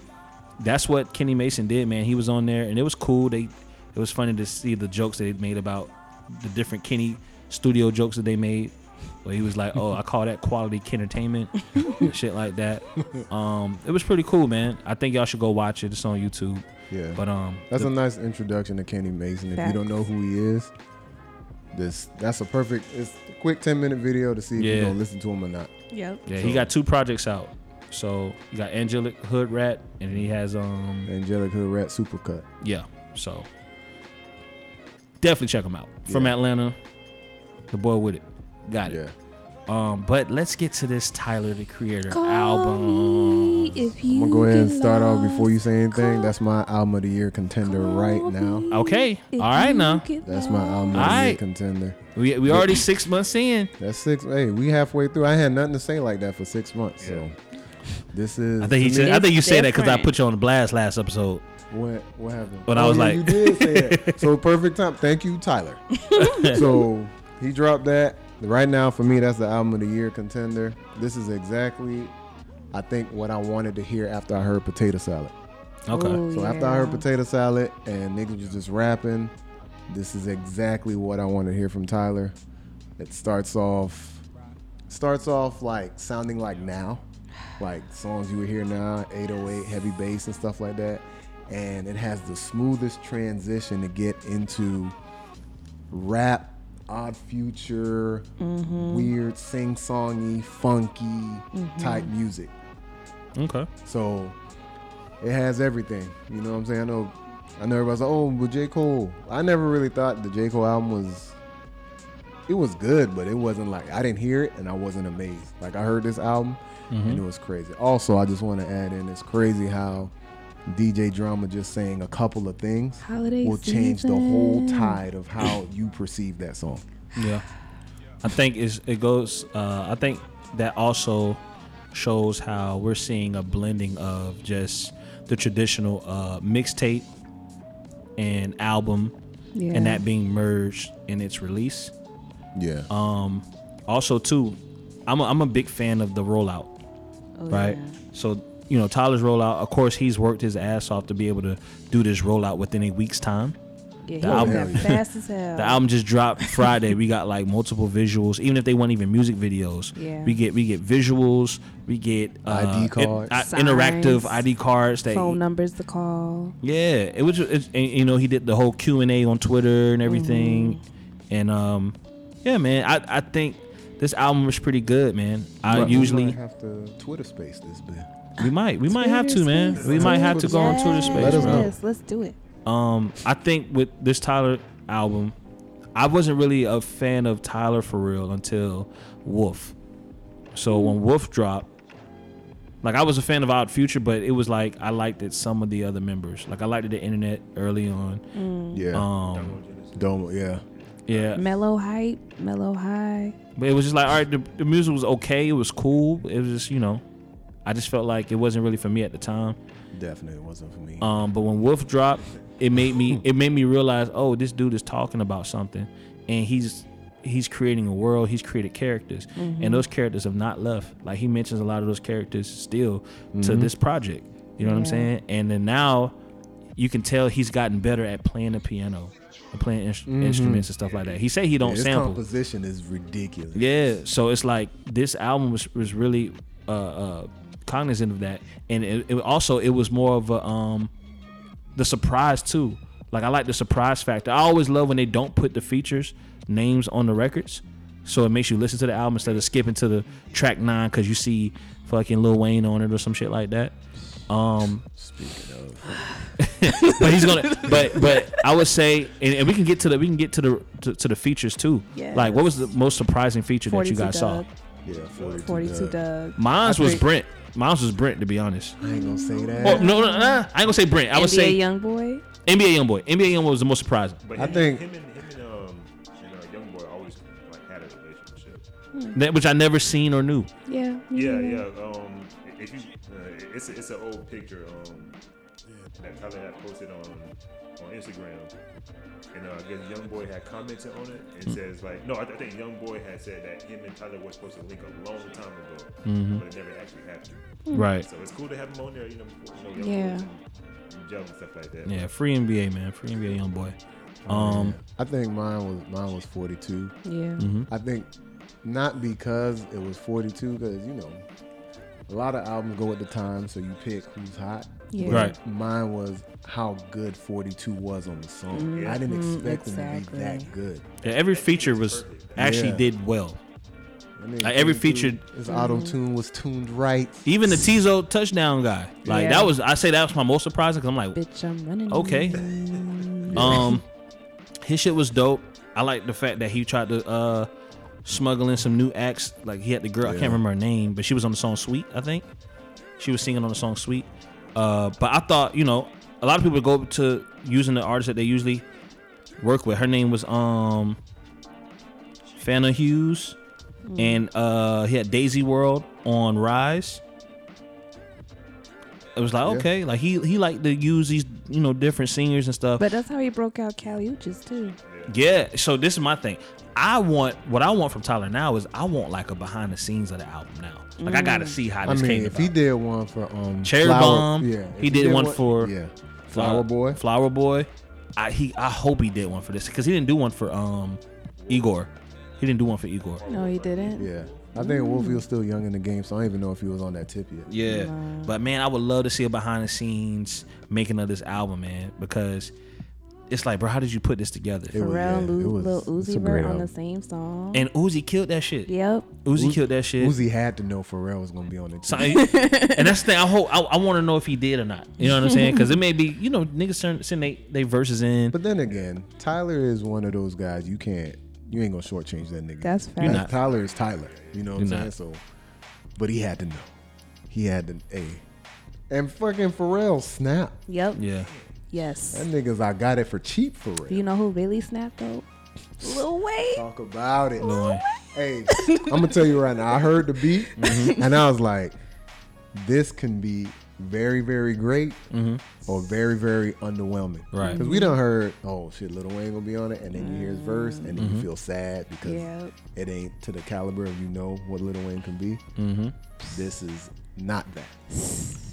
A: that's what Kenny Mason did, man. He was on there, and it was cool. They, it was funny to see the jokes they made about the different Kenny studio jokes that they made. Where he was like, "Oh, I call that quality entertainment," and shit like that. Um, it was pretty cool, man. I think y'all should go watch it. It's on YouTube.
C: Yeah.
A: But um,
C: that's
A: the-
C: a nice introduction to Kenny Mason. If you don't
B: Facts.
C: know who he is, this that's a perfect. It's a quick ten minute video to see if
A: Yeah.
C: you're gonna listen to him or not.
B: Yep.
A: yeah, he got two projects out. So you got Angelic Hood Rat, and he has um,
C: Angelica Rat Supercut.
A: Yeah. So definitely check him out. From
C: Yeah.
A: Atlanta, the boy with it. Got
C: Yeah.
A: it. Um, but let's get to this Tyler the Creator
B: Call
A: album.
B: me if
C: I'm
B: you
C: gonna go ahead and
B: get
C: start off before you
B: lost.
C: say anything.
B: Call-
C: That's my album of the year contender right
B: call
C: now.
B: me
A: Okay.
B: if
A: All right
B: you
A: now.
B: get
C: That's my
B: lost.
C: album of the year
A: Alright.
C: contender.
A: We we already six months in.
C: That's six. Hey, we halfway through. I had nothing to say like that for six months. So this is.
A: I think he
C: to
A: said,
C: me-
A: I think you said that because I
B: different.
A: put you on the blast last episode.
C: What what happened? Oh,
A: But I was
C: yeah,
A: like-
C: you did say
A: (laughs)
C: that. so perfect time. Thank you, Tyler. so he dropped that. Right now, for me, that's the album of the year contender. This is exactly, I think, what I wanted to hear after I heard Potato Salad.
A: Okay.
B: Ooh,
C: So after I heard
B: Oh, yeah.
C: Potato Salad and niggas was just rapping, this is exactly what I want to hear from Tyler. It starts off starts off like sounding like now, like songs you would hear now, 808 heavy bass and stuff like that, and it has the smoothest transition to get into rap, odd future, weird sing songy, funky type music.
A: Okay.
C: So it has everything. You know what I'm saying? I know I know everybody's like, oh, but J. Cole. I never really thought the J. Cole album was it was good, but it wasn't like I didn't hear it and I wasn't amazed. Like I heard this album and it was crazy. Also, I just want to add in it's crazy how DJ Drama just saying a couple of things
B: Holiday
C: will change the whole
B: season.
C: tide of how you perceive that song.
A: Yeah. I think it's, it goes, uh, I think that also shows how we're seeing a blending of just the traditional uh, mixtape and album
B: Yeah.
A: and that being merged in its release.
C: Yeah.
A: Um, also, too, I'm a, I'm a big fan of the rollout.
B: Oh,
A: right?
B: yeah.
A: So you know Tyler's rollout. Of course, he's worked his ass off to be able to do this rollout within a week's time.
B: Yeah, he
A: The
B: was
A: album-
B: that fast as hell.
A: The (laughs) album just dropped Friday. we got like multiple visuals, even if they weren't even music videos.
B: Yeah.
A: We get we get visuals. We get uh,
C: ID
A: in-
C: cards.
A: uh,
B: Signs.
A: interactive ID cards. That
B: phone numbers to call.
A: yeah, it was. It's, and, you know, he did the whole Q and A on Twitter and everything,
B: Mm-hmm.
A: and um, yeah, man. I I think this album was pretty good, man. I usually
C: have to Twitter space this bit.
A: we might we might have to, man.
B: Twitter
A: We might have to
C: space.
A: go on Twitter space,
C: Let us
A: bro.
C: know.
B: Yes, let's do it.
A: Um, I think with this Tyler album, I wasn't really a fan of Tyler for real until Wolf. So when Wolf dropped, like I was a fan of Odd Future, but it was like I liked it some of the other members. Like I liked the internet early on.
C: Yeah.
A: Um,
C: Don't yeah.
A: yeah,
B: Mellow hype, mellow high.
A: but it was just like all right, the, the music was okay, it was cool. It was just you know, I just felt like it wasn't really for me at the time.
C: Definitely wasn't for me.
A: Um, but when Wolf dropped, it made me it made me realize, oh, this dude is talking about something, and he's he's creating a world. He's created characters, and those characters have not left. Like he mentions a lot of those characters still to this project. You know what I'm
B: Yeah.
A: saying? And then now, you can tell he's gotten better at playing the piano, and playing instru- instruments and stuff like that. He said he don't
C: His
A: sample.
C: composition is ridiculous.
A: Yeah, so it's like this album was, was really uh, uh, cognizant of that, and it, it also it was more of a um, the surprise too. Like I like the surprise factor. I always love when they don't put the features names on the records, so it makes you listen to the album instead of skipping to the track nine because you see fucking Lil Wayne on it or some shit like that. Um,
C: Speaking of,
A: but he's gonna but but i would say and, and we can get to the we can get to the to, to the features too
B: Yes.
A: like what was the most surprising feature that you
B: 42
A: guys saw
B: Doug,
C: yeah, 42,
B: 42
C: Doug.
B: Doug.
A: mine's
C: I
A: was
C: think-
A: brent mine's was brent to be (laughs) honest
C: I ain't gonna say that.
A: oh no, no no i ain't gonna say brent i
B: NBA
A: would say
B: Young Boy.
A: nba young boy nba young boy was the most surprising
D: But
C: I
D: him,
C: think-
D: him and him and um and, uh, young boy always like had a relationship.
A: that which i never seen or knew
B: Yeah.
D: Yeah, yeah. Um, if you, uh, it's a, it's an old picture. Um, that Tyler had posted on on Instagram, and uh, I guess Young Boy had commented on it
C: Hmm.
D: and says like, no, I, I think Young Boy had said that him and Tyler were supposed to link a long time ago,
C: Mm-hmm.
D: but it never actually happened.
A: right
D: So it's cool to have him on there, you know, before, you know Young
B: Yeah.
D: Boys and, and Jell and stuff like that.
A: yeah free nba man free nba young boy um
C: I think mine was mine was 42.
B: Yeah.
A: Mm-hmm.
C: I think not because it was 42, because you know, a lot of albums go at the time, so you pick who's hot.
B: Yeah.
C: But
A: Right.
C: Mine was how good 42 was on the song. I didn't
B: Mhm,
C: expect
B: exactly.
C: them to be that good.
A: yeah, every feature was actually
C: Yeah.
A: did well
C: I mean,
A: Like, every
C: 42
A: feature-
C: His auto tune was tuned right.
A: even the tizo touchdown guy like
B: Yeah.
A: that was i say that was my most surprising because i'm like
B: Bitch, I'm running.
A: Okay. Um, his shit was dope. I like the fact that he tried to uh smuggle in some new acts. Like he had the girl, I can't remember her name, but she was on the song "Sweet," I think. She was singing on the song "Sweet." Uh, but I thought, you know, a lot of people go to using the artist that they usually work with. Her name was um Fana Hughes, and uh he had Daisy World on Rise. It was like
C: Yeah.
A: okay, like he he liked to use these you know different singers and stuff.
B: But that's how he broke out Cal Uchis, too.
A: Yeah. So this is my thing. I want what I want from Tyler now is I want like a behind the scenes of the album now. Like I gotta see how
C: I
A: this
C: mean,
A: came
C: if
A: about.
C: he did one for um
A: Cherry
C: Flower-
A: Bomb,
C: yeah,
A: he
C: if
A: did one for-
C: yeah,
A: Uh,
C: Flower Boy.
A: Flower Boy. I he I hope he did one for this because he didn't do one for um Igor. He didn't do one for Igor.
B: No, he didn't.
C: Yeah, I think Wolfie was still young in the game, so I don't even know if he was on that tip yet.
A: Yeah.
B: Wow.
A: But man, I would love to see a behind the scenes making of this album, man, because it's like, bro, how did you put this together?
C: It was- yeah,
B: Pharrell, Lu-
C: it was-
B: Lil
C: it's a
B: Uzi
C: great
B: were on the
C: album.
B: same song.
A: And Uzi killed that shit.
B: yep.
A: Uzi killed that shit.
C: Uzi had to know Pharrell was gonna be on the
A: So,
C: tip.
A: and that's the thing. I hope I, I want to know if he did or not. You know what I'm saying? Because it may be, you know, niggas send, send they, they verses in.
C: But then again, Tyler is one of those guys you can't, you ain't gonna shortchange that nigga.
B: That's fair.
C: Like,
A: not.
C: Tyler is Tyler. You know what
A: You're
C: I'm
A: not.
C: saying? So, but he had to know. He had to a. And fucking Pharrell snap.
B: Yep.
A: yeah,
B: Yes.
C: That niggas, I got it for cheap for real.
B: Do you know who really snapped though? Lil Wayne.
C: Talk about it.
A: Lil Wayne.
C: Hey, I'm gonna tell you right now. I heard the beat
A: Mm-hmm.
C: and I was like, this can be very, very great or very, very underwhelming.
A: Mm-hmm. Right.
C: Because we done heard, oh shit, Little Wayne gonna be on it, and then you hear his verse, and then
A: Mm-hmm.
C: you feel sad because
B: Yep.
C: it ain't to the caliber of you know what Little Wayne can be.
A: Mm-hmm.
C: This is not that.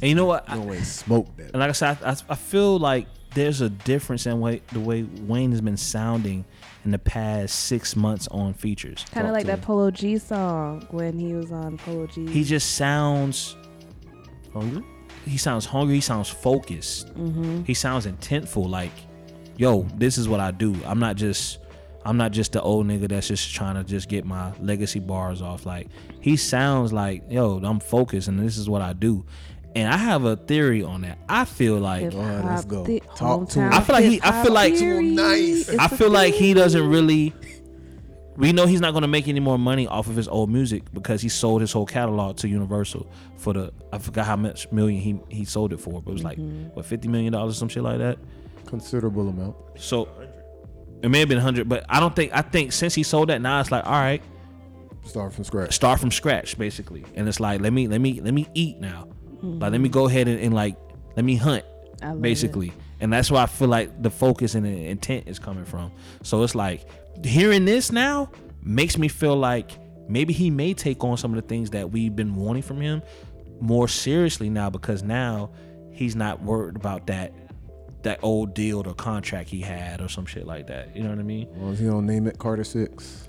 A: and you know what? I,
C: Lil Wayne smoked that.
A: and like I said, I, I, I feel like there's a difference in way the way Wayne has been sounding in the past six months on features.
B: Kind of
C: Talk
B: like
C: to
B: that
C: me.
B: Polo G song when he was on Polo G.
A: He just sounds
C: Hungry?
A: he sounds hungry. He sounds focused. He sounds intentful. Like, yo, this is what I do. I'm not just, I'm not just the old nigga that's just trying to just get my legacy bars off. Like, he sounds like, yo, I'm focused, and this is what I do. And I have a theory on that. I feel like,
B: Hip-hop
C: Oh, let's go.
B: the-
C: Talk to him.
B: hometown
A: I feel like he- I
B: hip-hop
A: feel like- Too
B: theory.
C: nice.
B: It's
A: I
B: a
A: feel like he
B: theory.
A: doesn't really. We know he's not going to make any more money off of his old music because he sold his whole catalog to Universal for the I forgot how much million he he sold it for, but it was like what fifty million dollars or some shit like that.
C: Considerable amount.
A: So it may have been 100, but I don't think I think since he sold that now it's like all right,
C: Start from scratch.
A: start from scratch basically, and it's like let me let me let me eat now, like let me go ahead and, and like let me hunt
B: Mm-hmm. I love it.
A: basically, and that's why I feel like the focus and the intent is coming from. So it's like hearing this now makes me feel like maybe he may take on some of the things that we've been wanting from him more seriously now because now he's not worried about that that old deal or contract he had or some shit like that. You know what I mean?
C: As long as he don't name it Carter
A: (laughs)
C: Six.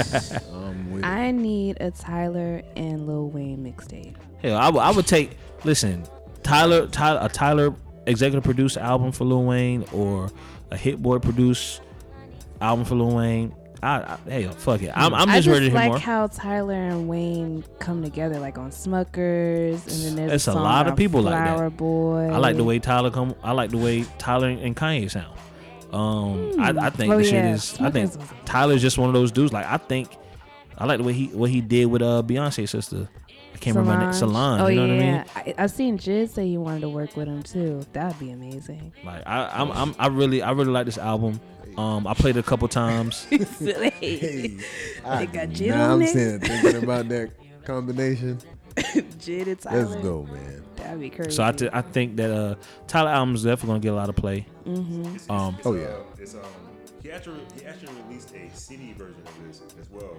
C: I'm with it.
B: I need a Tyler and Lil Wayne mixtape.
A: Hell, I would I would take. Listen, Tyler, Tyler, a Tyler executive produced album for Lil Wayne or a Hit Boy produced album for Lil Wayne. I, I hell, fuck it. I'm, I'm
B: I
A: just, ready to hear
B: like
A: more.
B: how Tyler and Wayne come together, like on Smuckers, and then there's
A: It's a
B: song
A: lot of
B: about
A: people like that.
B: Flower Boy.
A: I like the way Tyler come. I like the way Tyler and Kanye sound. Um, I, I think
B: Oh,
A: the shit
B: yeah.
A: is. I think
B: Smuckers was-
A: Tyler's just one of those dudes. Like I think, I like the way he what he did with uh Beyonce sister. I can't remember her name. Salon.
B: Oh
A: you know
B: yeah,
A: what I mean?
B: I, I've seen Jid say he wanted to work with him too. That'd be amazing.
A: Like I, I'm, I'm, I really, I really like this album. Um, I played it a couple times.
B: (laughs) Jid
C: Hey, I
B: got
C: do
B: Jill
C: not-
B: on
C: I'm
B: it.
C: saying, thinking
B: (laughs)
C: about that combination.
B: and Tyler.
C: Let's go, man.
B: That'd be crazy.
A: So I, th- I think that uh Tyler album's definitely gonna get a lot of play.
D: It's,
A: Um,
D: it's, it's,
C: oh,
D: uh,
C: yeah.
D: It's um. He actually he actually released a CD version of this as well.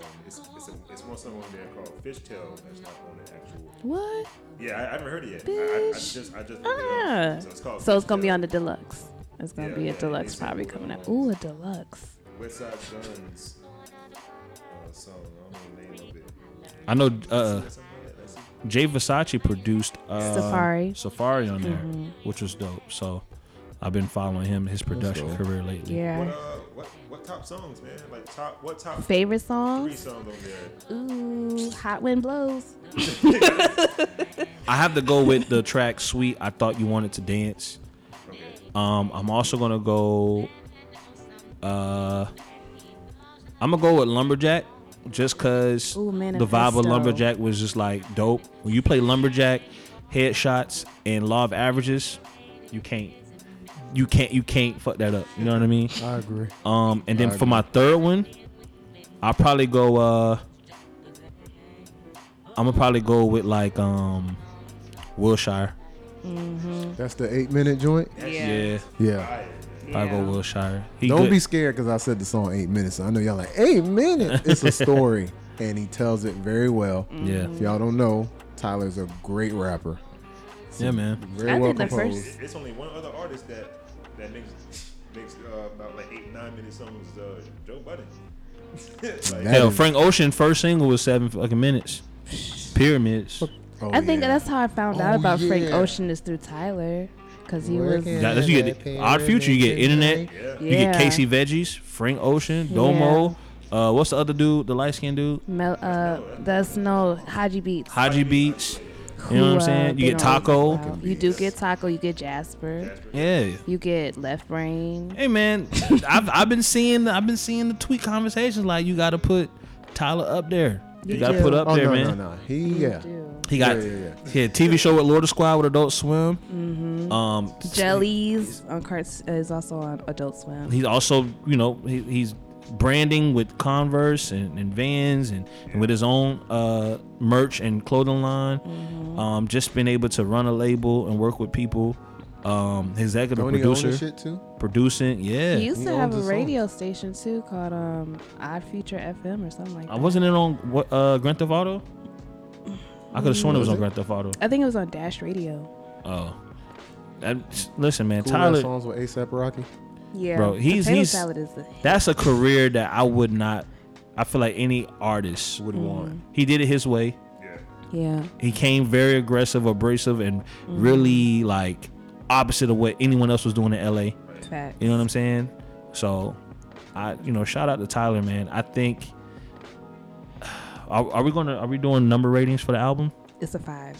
D: Um, it's it's, a, it's one song on there called Fishtail that's not on the actual.
B: what?
D: Yeah, I, I haven't heard it yet. I, I, I just I just looked it up.
B: Ah.
D: so it's called.
B: So it's gonna
D: Fishtail.
B: be on the deluxe. It's gonna
D: Yeah,
B: be a
D: yeah,
B: deluxe
D: it's
B: probably
D: cool.
B: coming out. Ooh, a deluxe.
D: Westside Guns uh, song. I don't know the name of it.
A: I know uh
D: Something like that. That's it.
A: Jay Versace produced uh,
B: Safari. Mm-hmm.
A: Safari on there, which was dope. So I've been following him his production
C: dope.
A: career lately.
D: What
B: Yeah.
D: uh, what what top songs, man? Like top what top
B: Favorite
D: three
B: songs?
D: songs on there?
B: Ooh, Hot Wind Blows.
A: I have to go with the track "Sweet." I thought you wanted to dance.
D: Okay.
B: Uh,
A: Um, I'm also gonna go. Uh, I'm gonna go with Lumberjack, just cause the
B: Ooh,
A: vibe of
B: Manifesto.
A: Lumberjack was just like dope. When you play Lumberjack, Headshots, and Law of Averages, you can't, you can't, you can't fuck that up. You know what I mean?
C: I agree.
A: Um, and then
C: I
A: for
C: agree.
A: my third one, I'll probably go. Uh, I'm gonna probably go with like um, Wilshire.
C: That's the eight minute joint.
A: Yeah,
C: Yeah.
A: I'll go Wilshire. He
C: Don't
A: good.
C: be scared because I said the song eight minutes. I know y'all like eight
A: (laughs)
C: minutes. It's a story, and he tells it very well.
A: Mm-hmm. Yeah,
C: If y'all don't know, Tyler's a great rapper.
A: yeah, man.
C: Very
B: I
C: well
B: think the
C: composed.
B: first-
D: It- It's only one other artist that that makes makes uh, about like eight nine minute songs. Uh, Joe Budden.
C: That
A: Hell,
C: is-
A: Frank Ocean first single was seven fucking minutes. Pyramids.
C: oh,
B: I think
C: yeah.
B: that's how I found out
C: Oh,
B: about Frank
C: yeah.
B: Ocean is through Tyler, because he was.
E: Working
A: That- that's- you get the Odd Future, you get Internet,
D: Yeah.
A: you get
B: Yeah.
A: Casey Veggies, Frank Ocean, Domo. Uh, what's the other dude? The light skinned dude,
B: Mel, uh, that's no Haji Beats.
A: Haji Beats. You know what I'm
B: who, uh,
A: saying? You
B: been
A: get
B: on-
A: Taco.
B: wow. You do get Taco. You get Jasper.
A: Yeah.
B: You get Left Brain.
A: Hey man, (laughs) I've I've been seeing I've been seeing the tweet conversations like you got to put Tyler up there. You got to
B: do.
A: put up
C: Oh
A: there,
C: no,
A: man.
C: no, no. He yeah.
B: Dude.
A: He got
C: Yeah, yeah,
A: yeah, TV show with Lord of Squad with Adult Swim.
B: Mm-hmm.
A: Um,
B: Jellies on carts uh, is also on Adult Swim.
A: He's also, you know, he, he's branding with Converse and, and Vans and, and with his own uh, merch and clothing line. Um, just been able to run a label and work with people. Um, his executive
C: Don't he own this
A: producer,
C: shit too?
A: producing, yeah.
B: he used
C: he
B: to
C: owns
B: have a
C: his own.
B: radio station too called um Odd Future FM or something like that.
A: I wasn't in on what uh, Grand Theft Auto. I could have sworn it was on
C: Was it?
A: Grand Theft Auto.
B: I think it was on Dash Radio.
A: Oh, That- listen, man,
C: Cool ass
A: Tyler.
C: songs with ASAP Rocky.
B: Yeah,
A: Bro, he's-
B: potato
A: he's-
B: salad is the
A: that's a career that I would not. I feel like any artist would want. He did it his way.
D: Yeah.
B: yeah.
A: He came very aggressive, abrasive, and really like opposite of what anyone else was doing in LA.
B: Fact.
A: You know what I'm saying? So, I you know shout out to Tyler, man. I think. Are, are we gonna? Are we doing number ratings for the album?
B: It's a five.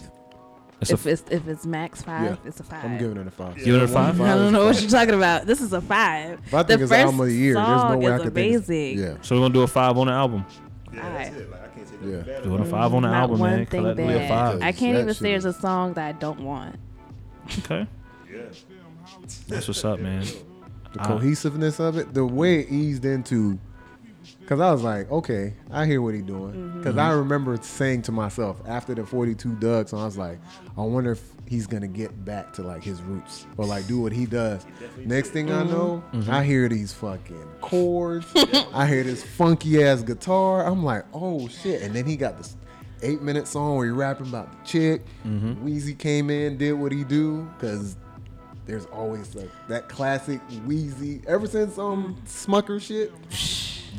A: It's a
B: if it's if it's max five,
C: Yeah.
B: it's a 5
C: I'm giving it a five.
A: Give it a five?
B: I don't (laughs) know what you're talking about. This is a five.
C: If I think it's album of the year, there's no way I could
B: amazing.
C: think. It's, yeah.
A: So we're gonna do a five on the album.
D: Yeah, that's
B: Alright.
D: it. Like, I can't take
C: Yeah.
D: yeah.
A: Do it a five on the
B: Mm, Not
A: album,
B: one
A: man.
B: thing
A: Collectively a
B: bad.
A: five.
B: I can't
C: That
B: even
C: shit
B: say there's a
C: is-
B: song that I don't want.
A: Okay,
D: Yeah.
A: that's what's up, man.
C: The cohesiveness of it, the way it eased into, because I was like, okay, I hear what he's doing. Because I remember saying to myself after the 42 Doug song, I was like, I wonder if he's gonna get back to like his roots or like do what he does. Next thing I know, I hear these fucking chords. I hear this funky ass guitar. I'm like, oh shit! And then he got this. Eight minute song where he rapping about the chick. Wheezy came in, did what he do, cause there's always like that classic Wheezy. Ever since um
B: Mm.
C: Smucker shit,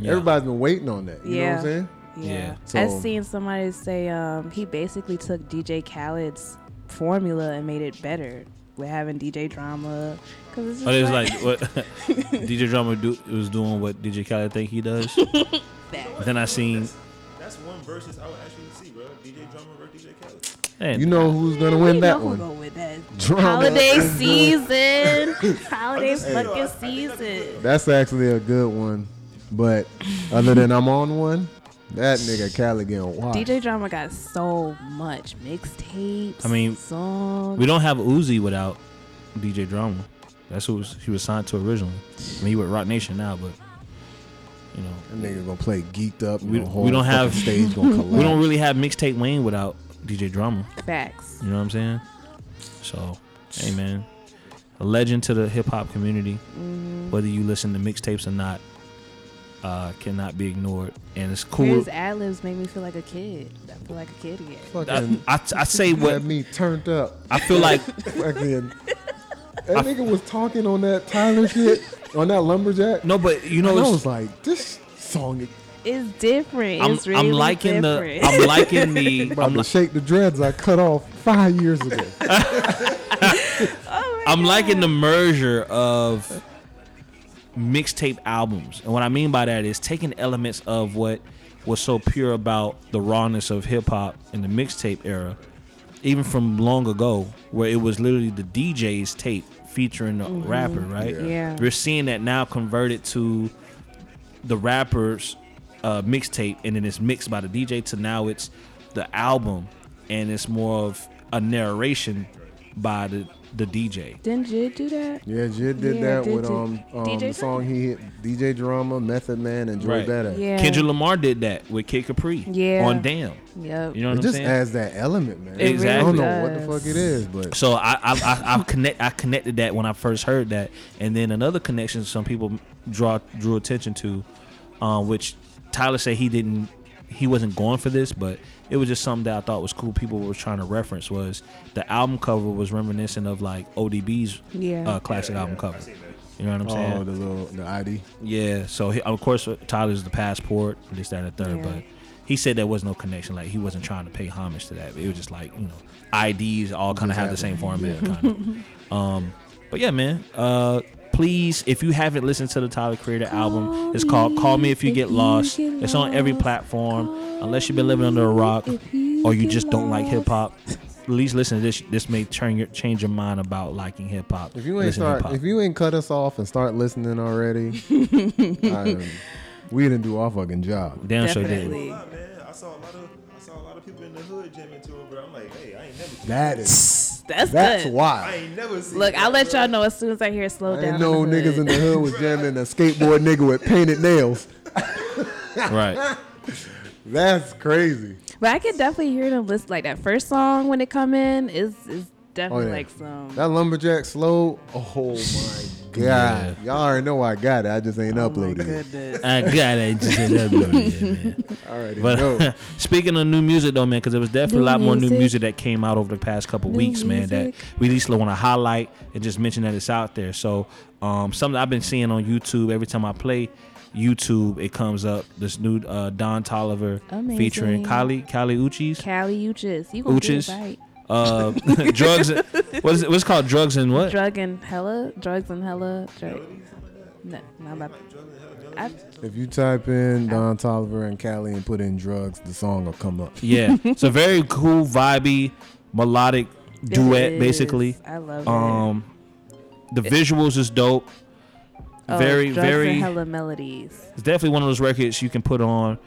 C: everybody's been waiting on that. You know what
B: Yeah.
C: I'm saying?
A: Yeah.
B: Yeah.
C: So-
B: I've seen somebody say um, he basically took DJ Khaled's formula and made it better with having DJ drama. Cause it's just
A: But Oh, it's
B: like,
A: like what
B: (laughs)
A: DJ Drama do, was doing what DJ Khaled think he
B: (laughs)
A: does. then I seen,
D: That's one versus I would actually see, bro. DJ Drummer versus DJ Khaled.
A: hey,
C: You know who's gonna win
B: we
C: that
B: know who
C: one?
B: go with that.
C: Drama. (laughs)
B: Holiday season. Holiday
D: Hey.
B: fucking
D: Hey.
B: season.
C: That's actually a good one, but other than I'm on one, that nigga Khaled getting washed.
B: DJ Drama got so much mixtapes.
A: I mean,
B: songs.
A: we don't have Uzi without DJ Drama. That's who was, he was signed to originally. I mean, he with Rock Nation now, but you know,
C: that nigga gonna play geeked up.
A: We-
C: We,
A: we don't
C: don't
A: have-
C: have stage gonna
A: (laughs)
C: collapse.
A: we don't really have mixtape Wayne without DJ Drama.
B: Facts.
A: You know what I'm saying? So, hey man, a legend to the hip hop community. Whether you listen to mixtapes or not, uh, cannot be ignored. And it's cool.
B: His ad libs make me feel like a kid. I feel like a kid again.
A: I,
C: fucking
A: I, I say what
C: (laughs) had me turned up.
A: I feel like. (laughs)
C: Fucking. That nigga was talking on that Tyler shit, on that lumberjack.
A: No, but you know,
C: and I
A: it's-
C: was like, this song
B: It's different.
A: I'm,
B: it's really
A: I'm liking
B: different.
A: the I'm liking the
C: I'm
A: I'm,
C: gonna
A: li-
C: shake the dreads I cut off five years
A: (laughs)
C: ago.
B: (laughs)
A: I'm liking the merger of mixtape albums, and what I mean by that is taking elements of what was so pure about the rawness of hip hop in the mixtape era, even from long ago, where it was literally the DJ's tape featuring the rapper, right?
B: Mm-hmm. Yeah.
A: We're seeing that now converted to the rapper's uh, mixtape, and then it's mixed by the DJ to now it's the album, and it's more of a narration by the the DJ.
B: Didn't Jid do that?
C: yeah, Jid did
B: Yeah,
C: that
B: did
C: with
B: you-
C: um, um
B: DJ
C: the song he hit DJ Drama, Method Man, and Joy
A: Right.
C: Badass.
B: Yeah.
A: Kendrick Lamar did that with Kid Capri
B: Yeah.
A: on Damn.
B: Yep.
A: You know what
C: It
A: I'm
C: just
A: saying?
C: adds that element, man.
A: It
C: I don't
A: really
C: know what the
B: does.
C: fuck it is, but
A: so I I, I I connect I connected that when I first heard that, and then another connection some people draw drew attention to, um, which Tyler said he didn't he wasn't going for this, but it was just something that I thought was cool. People were trying to reference was the album cover was reminiscent of like ODB's
B: Yeah.
A: uh, classic
D: Yeah,
A: album
D: yeah,
A: cover.
D: I seen that.
A: You You know what I'm saying?
C: Oh, the little the ID.
A: Yeah. So he, of course uh, Tyler's the passport, this, that, and the third.
B: Yeah.
A: But he said there was no connection. Like he wasn't trying to pay homage to that. It was just like you know, IDs all kind of have the same format.
C: (laughs)
A: Kind of. um, but yeah, man. Uh, please, if you haven't listened to the Tyler Creator album, it's called "Call Me If You Get Lost." it's on every platform, unless you've been living under a rock or you just don't like hip hop. At least listen to this. This may turn your change your mind about liking hip hop.
C: If you ain't start, if you ain't cut us off and start listening
A: (laughs)
C: already, I, we didn't do our fucking job.
A: damn sure did.
B: Definitely.
D: lot, man. I saw a lot of I saw a lot of people in the hood jamming to it, but I'm like, hey, I ain't never seen.
C: That is
B: That's
C: that's
B: good.
D: I
C: why.
D: ain't never seen.
B: Look,
D: that,
B: I'll let
D: bro.
B: y'all know as soon as I hear slow
C: I
B: down.
C: didn't know
B: the
C: niggas in
B: Hood.
C: the hood was jamming a skateboard nigga with painted nails.
A: (laughs) Right.
C: That's crazy.
B: But I can definitely hear them listen. Like that first song when it come in is is definitely
C: Oh, yeah.
B: like some.
C: That lumberjack slow. Oh (laughs) my god. Y'all already know I got it. I just
A: Oh
C: ain't uploaded it.
B: goodness.
A: I got it. Just said that
B: (laughs)
A: word, yeah, man.
C: I already
A: But (laughs)
C: know.
A: speaking of new music though, man, because there was definitely
B: New
A: a lot more new
B: music.
A: music that came out over the past couple weeks, man. That
B: music.
A: we at least want to highlight and just mention that it's out there. So um, something I've been seeing on YouTube every time I play YouTube, it comes up this new uh, Don Tolliver featuring
B: Amazing.
A: Kylie Kylie Uchis.
B: Cali Uchis. You gonna
A: Uchis.
B: get it right.
A: Uh, (laughs) drugs. and- What is it? What's it called drugs and what?
B: Drug and hella. Drugs and hella. Drug. No, not about I,
C: If you type in Don Tolliver and Cali and put in drugs, the song will come up.
A: yeah, it's a very cool, vibey, melodic duet,
B: Yes.
A: basically.
B: I love it.
A: Um, the visuals is dope.
B: Oh,
A: very,
B: drugs
A: very.
B: And hella melodies.
A: It's definitely one of those records you can put on,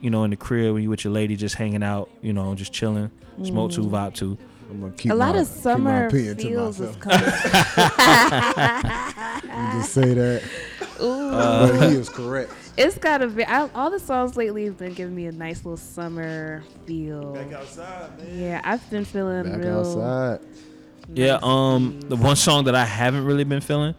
A: you know, in the crib when you with your lady, just hanging out, you know, just chilling, smoke to, vibe to.
C: I'm gonna keep
B: a lot
C: my-
B: of
C: keep my
B: summer
C: opinion to
B: feels is
C: myself.
B: coming.
C: (laughs) You just say that.
B: (laughs) Ooh.
C: but he is correct.
B: It's got a ve- I, all the songs lately have been giving me a nice little summer feel.
D: Back outside, man.
B: Yeah, I've been feeling
C: Back
B: real.
C: outside.
A: Yeah. Um, the one song that I haven't really been feeling,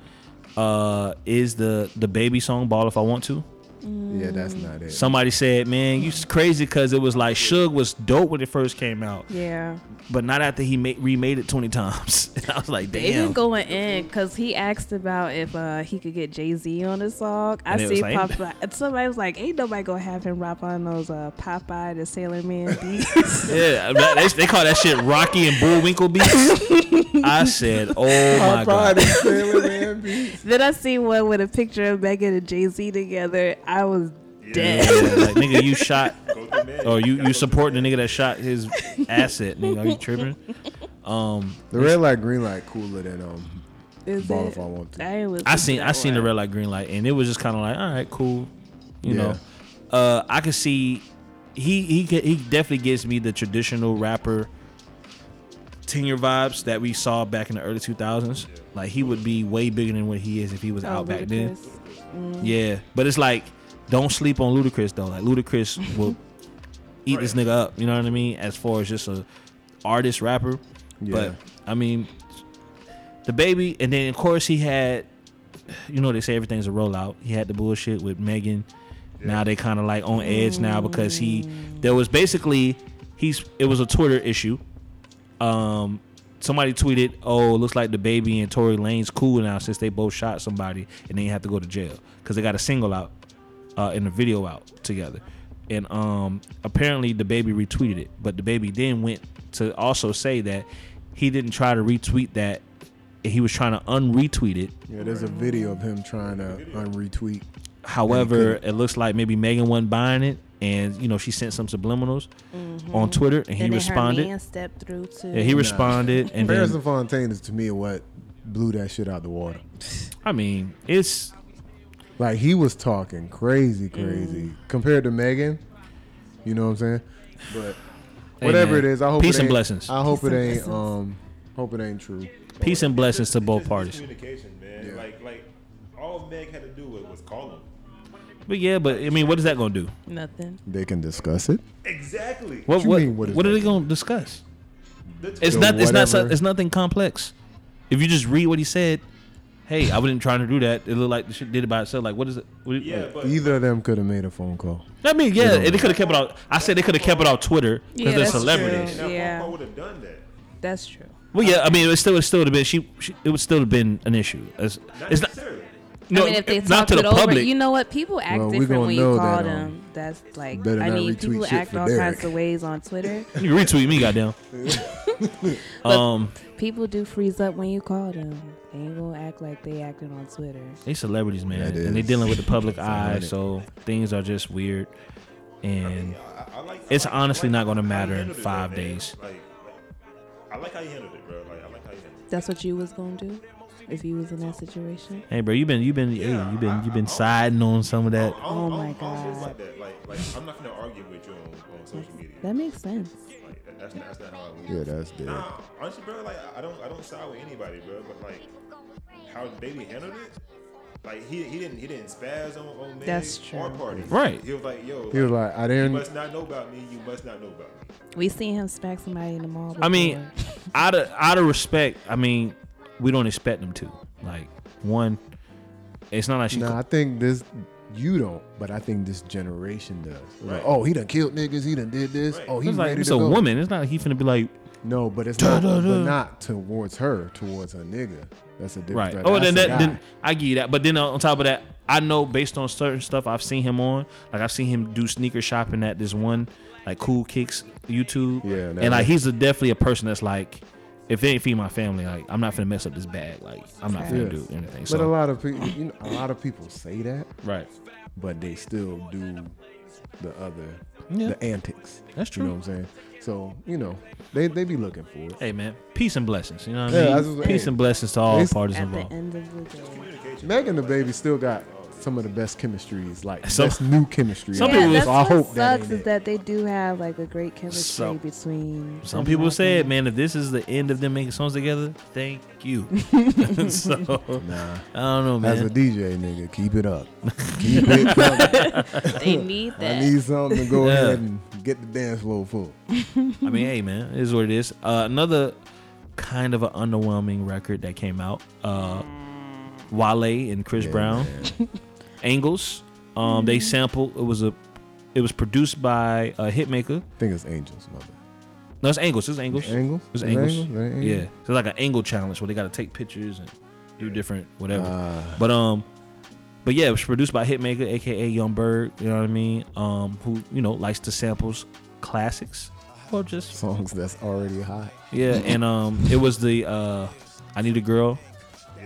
A: uh, is the the baby song "Ball If I Want to."
C: Yeah, that's not it.
A: Somebody said, "Man, you s- crazy," because it was like Suge was dope when it first came out,
B: Yeah,
A: but not after he made, remade it twenty times. (laughs) And I was like,
B: they been
A: "Damn."
B: going in because he asked about if uh, he could get Jay Z on his song. I
A: And it was
B: see
A: like-
B: Popeye. and Somebody was like, "Ain't nobody gonna have him rap on those uh, Popeye the Sailor
A: (laughs)
B: Man beats."
A: Yeah, that- they, they call that shit Rocky and Bullwinkle beats. I said, "Oh my god!"
C: (laughs)
B: then I see one with a picture of Megan and Jay Z together. I was
A: Yeah,
B: dead.
A: like nigga, you shot
D: Go through man.
A: or Oh, you you supporting the nigga that shot his asset, nigga. Are you tripping? Um,
C: The red light, green light, cooler than um.
B: Is
C: Ball
B: it-
C: if I want to.
B: I, ain't listen
A: I
B: to
A: seen
B: that
A: I seen the
B: one.
A: red light, green light, and it was just kind of like, all right, cool, you
C: Yeah.
A: know. Uh, I could see he he ca- he definitely gives me the traditional rapper tenure vibes that we saw back in the early two thousands. Like he would be way bigger than what he is if he was
B: Oh,
A: out back then.
B: Ludacris.
A: Yeah, but it's like don't sleep on Ludacris though. Like Ludacris will eat this nigga up. You know what I mean? As far as just a artist rapper,
C: Yeah.
A: but I mean the baby, and then of course he had. You know they say everything's a rollout. He had the bullshit with Megan. Now they kind of like on edge now because he there was basically he's it was a Twitter issue. Um, somebody tweeted, "Oh, looks like the baby and Tory Lane's cool now since they both shot somebody and they didn't have to go to jail because they got a single out uh, and a video out together." And um, apparently, the baby retweeted it, but the baby then went to also say that he didn't try to retweet that; he was trying to unretweet it.
C: Yeah, there's a video of him trying to unretweet.
A: However, it looks like maybe Megan wasn't buying it, and you know she sent some subliminals on Twitter, and he
B: And then
A: responded.
B: Her man stepped through too.
A: Yeah, he responded, and
C: Paris
A: then
C: and Fontaine is to me what blew that shit out the water.
A: I mean, it's
C: Like he was talking crazy, crazy
A: Mm.
C: compared to Megan. You know what I'm saying? But
A: Hey,
C: whatever
A: man.
C: it is, I hope
A: Peace
C: it
A: and
C: ain't-
A: blessings.
C: I hope
B: Peace
C: it
B: and
C: ain't.
B: blessings.
C: Um, hope it ain't true.
A: peace and blessings to
D: It's
A: both
D: just
A: parties.
D: Communication, man.
C: Yeah.
D: Like, like all Meg had to do was, was call him.
A: But yeah, but I mean, what is that gonna do?
B: Nothing.
C: They can discuss it.
D: Exactly.
A: What
C: you
A: what
C: mean,
A: what,
C: what
A: are
C: is that
A: they gonna discuss?
D: The
A: It's
D: tweet-
A: not it's not so-
C: whatever.
A: it's nothing complex. If you just read what he said, hey, I wasn't trying to do that. It looked like the shit did it by itself. Like what is it? What,
D: Yeah, but
C: Either of them could have made a phone call.
A: I mean, yeah, and they could have kept it out. I said they could have kept it off Twitter because
B: Yeah,
A: they're
B: that's true.
A: celebrities.
D: Now,
B: Yeah.
D: Papa would have done that.
B: That's true.
A: Well, yeah, I mean, it still it still would have been she, she it would still have been an issue. It's,
D: Not
A: it's not
D: necessarily.
A: No,
B: I mean, if they
A: not
B: talked
A: to the
B: it over,
A: public.
B: you know what? People act
C: Well, we
B: different
C: gonna
B: when you
C: know
B: call
C: that,
B: them.
C: um,
B: That's like,
C: better
B: I
C: not
B: mean,
C: retweet
B: people
C: shit
B: act
C: for
B: all
C: Derek.
B: kinds of ways on Twitter.
A: You retweet me, goddamn.
B: (laughs)
A: um,
B: people do freeze up when you call them. They ain't gonna act like they acting on Twitter.
A: they celebrities, man,
C: That
A: and they
C: is.
A: dealing with the public eye,
C: ironic.
A: so things are just weird. And
D: I, I like, I
A: It's
D: like-
A: honestly not gonna
D: how you
A: matter in
D: handled it,
A: five
D: man.
A: days.
D: Like, like, I like how you handled it, bro. Like, I like how you handled it.
B: That's what you was gonna do if you was in that situation.
A: hey, bro, you been you been hey, you been you been siding on some of that.
D: I don't-
B: Oh
D: I don't-
B: my
D: I don't feel
B: God.
D: Like that. Like, like, I'm not gonna argue with you on, on social media.
B: That makes sense.
D: Like, that- that's, that's not how I live.
C: Yeah, that's dead.
D: Nah, honestly, bro, like I don't, I don't side with anybody, bro. But like, how Baby handled it, like he, he didn't, he didn't spaz on, on Meg
B: That's
D: or
B: true.
D: party,
A: Right.
D: He was like, yo,
C: He was like, I didn't.
D: you must not know about me. You must not know about me.
B: We seen him smack somebody in the mall.
A: I mean,
B: before.
A: (laughs) out of out of respect, I mean, we don't expect them to. Like one, it's not like she.
C: Nah, I think this. You don't, but I think this generation does. It's like,
D: Right.
C: oh, he done killed niggas. He done did this.
D: Right.
C: Oh, he's
A: it's like
C: ready
A: it's
C: to
A: a
C: go.
A: woman. It's not like he finna be like
C: No, but it's
A: Duh,
C: not.
A: duh, duh.
C: But not towards her. Towards her nigga. That's a different.
A: right.
C: that-
A: Oh,
C: that's
A: then
C: a
A: that then
C: guy.
A: I give you that. But then on top of that, I know based on certain stuff I've seen him on. Like I've seen him do sneaker shopping at this one like Cool Kicks YouTube.
C: Yeah, that
A: and like
C: was-
A: he's a, definitely a person that's like. If they ain't feed my family, like I'm not finna mess up this bag. Like I'm not finna
C: Yeah.
A: do anything.
C: But a
A: So
C: lot of people, you know, a lot of people say that,
A: right,
C: but they still do the other,
A: Yeah.
C: the antics.
A: that's
C: You know what I'm saying? So you know, they they be looking for it.
A: Hey man, peace and blessings. You know what
C: Yeah,
A: I
C: that's
A: mean?
C: what-
A: peace
C: hey.
A: and blessings to all
C: It's-
A: parties
B: at the
A: involved.
B: end of the day,
C: Meg and the baby still got some of the best chemistries, like
A: Some-
C: best new chemistry.
A: some
C: out
A: people-
C: there.
A: was-
B: that's
C: so I
B: what
C: hope that
B: sucks
C: ain't
B: is
C: it.
B: that they do have like a great chemistry
A: Some-
B: between.
A: Some
B: them
A: people
B: black
A: said,
B: men.
A: man, if this is the end of them making songs together, thank you. so
C: Nah.
A: I don't (laughs) know,
C: As a
A: man.
C: DJ, nigga, keep
A: (laughs)
C: it up. Keep
B: (laughs)
C: it coming.
B: they need
C: I
B: that.
C: need something to go
A: Yeah.
C: ahead and get the dance floor full.
A: I mean, hey man, it is what it is. Uh, another kind of an underwhelming record that came out. Uh, Wale and Chris
C: Yeah,
A: Brown, Angles. Um, they sampled. It was a. It was produced by a hitmaker.
C: I think it's Angels, mother.
A: No, it's Angles. It's Angles.
C: Angles?
A: It's
C: Is it
A: angles.
C: Angles? Is it Angles?
A: Yeah. So it's like an angle challenge where they got to take pictures and do different whatever.
C: Ah.
A: but um, but yeah, it was produced by Hitmaker, aka Young Bird. You know what I mean? Um, who you know likes to samples classics or just
C: Songs that's already hot.
A: yeah. And um, it was the uh, I Need a Girl.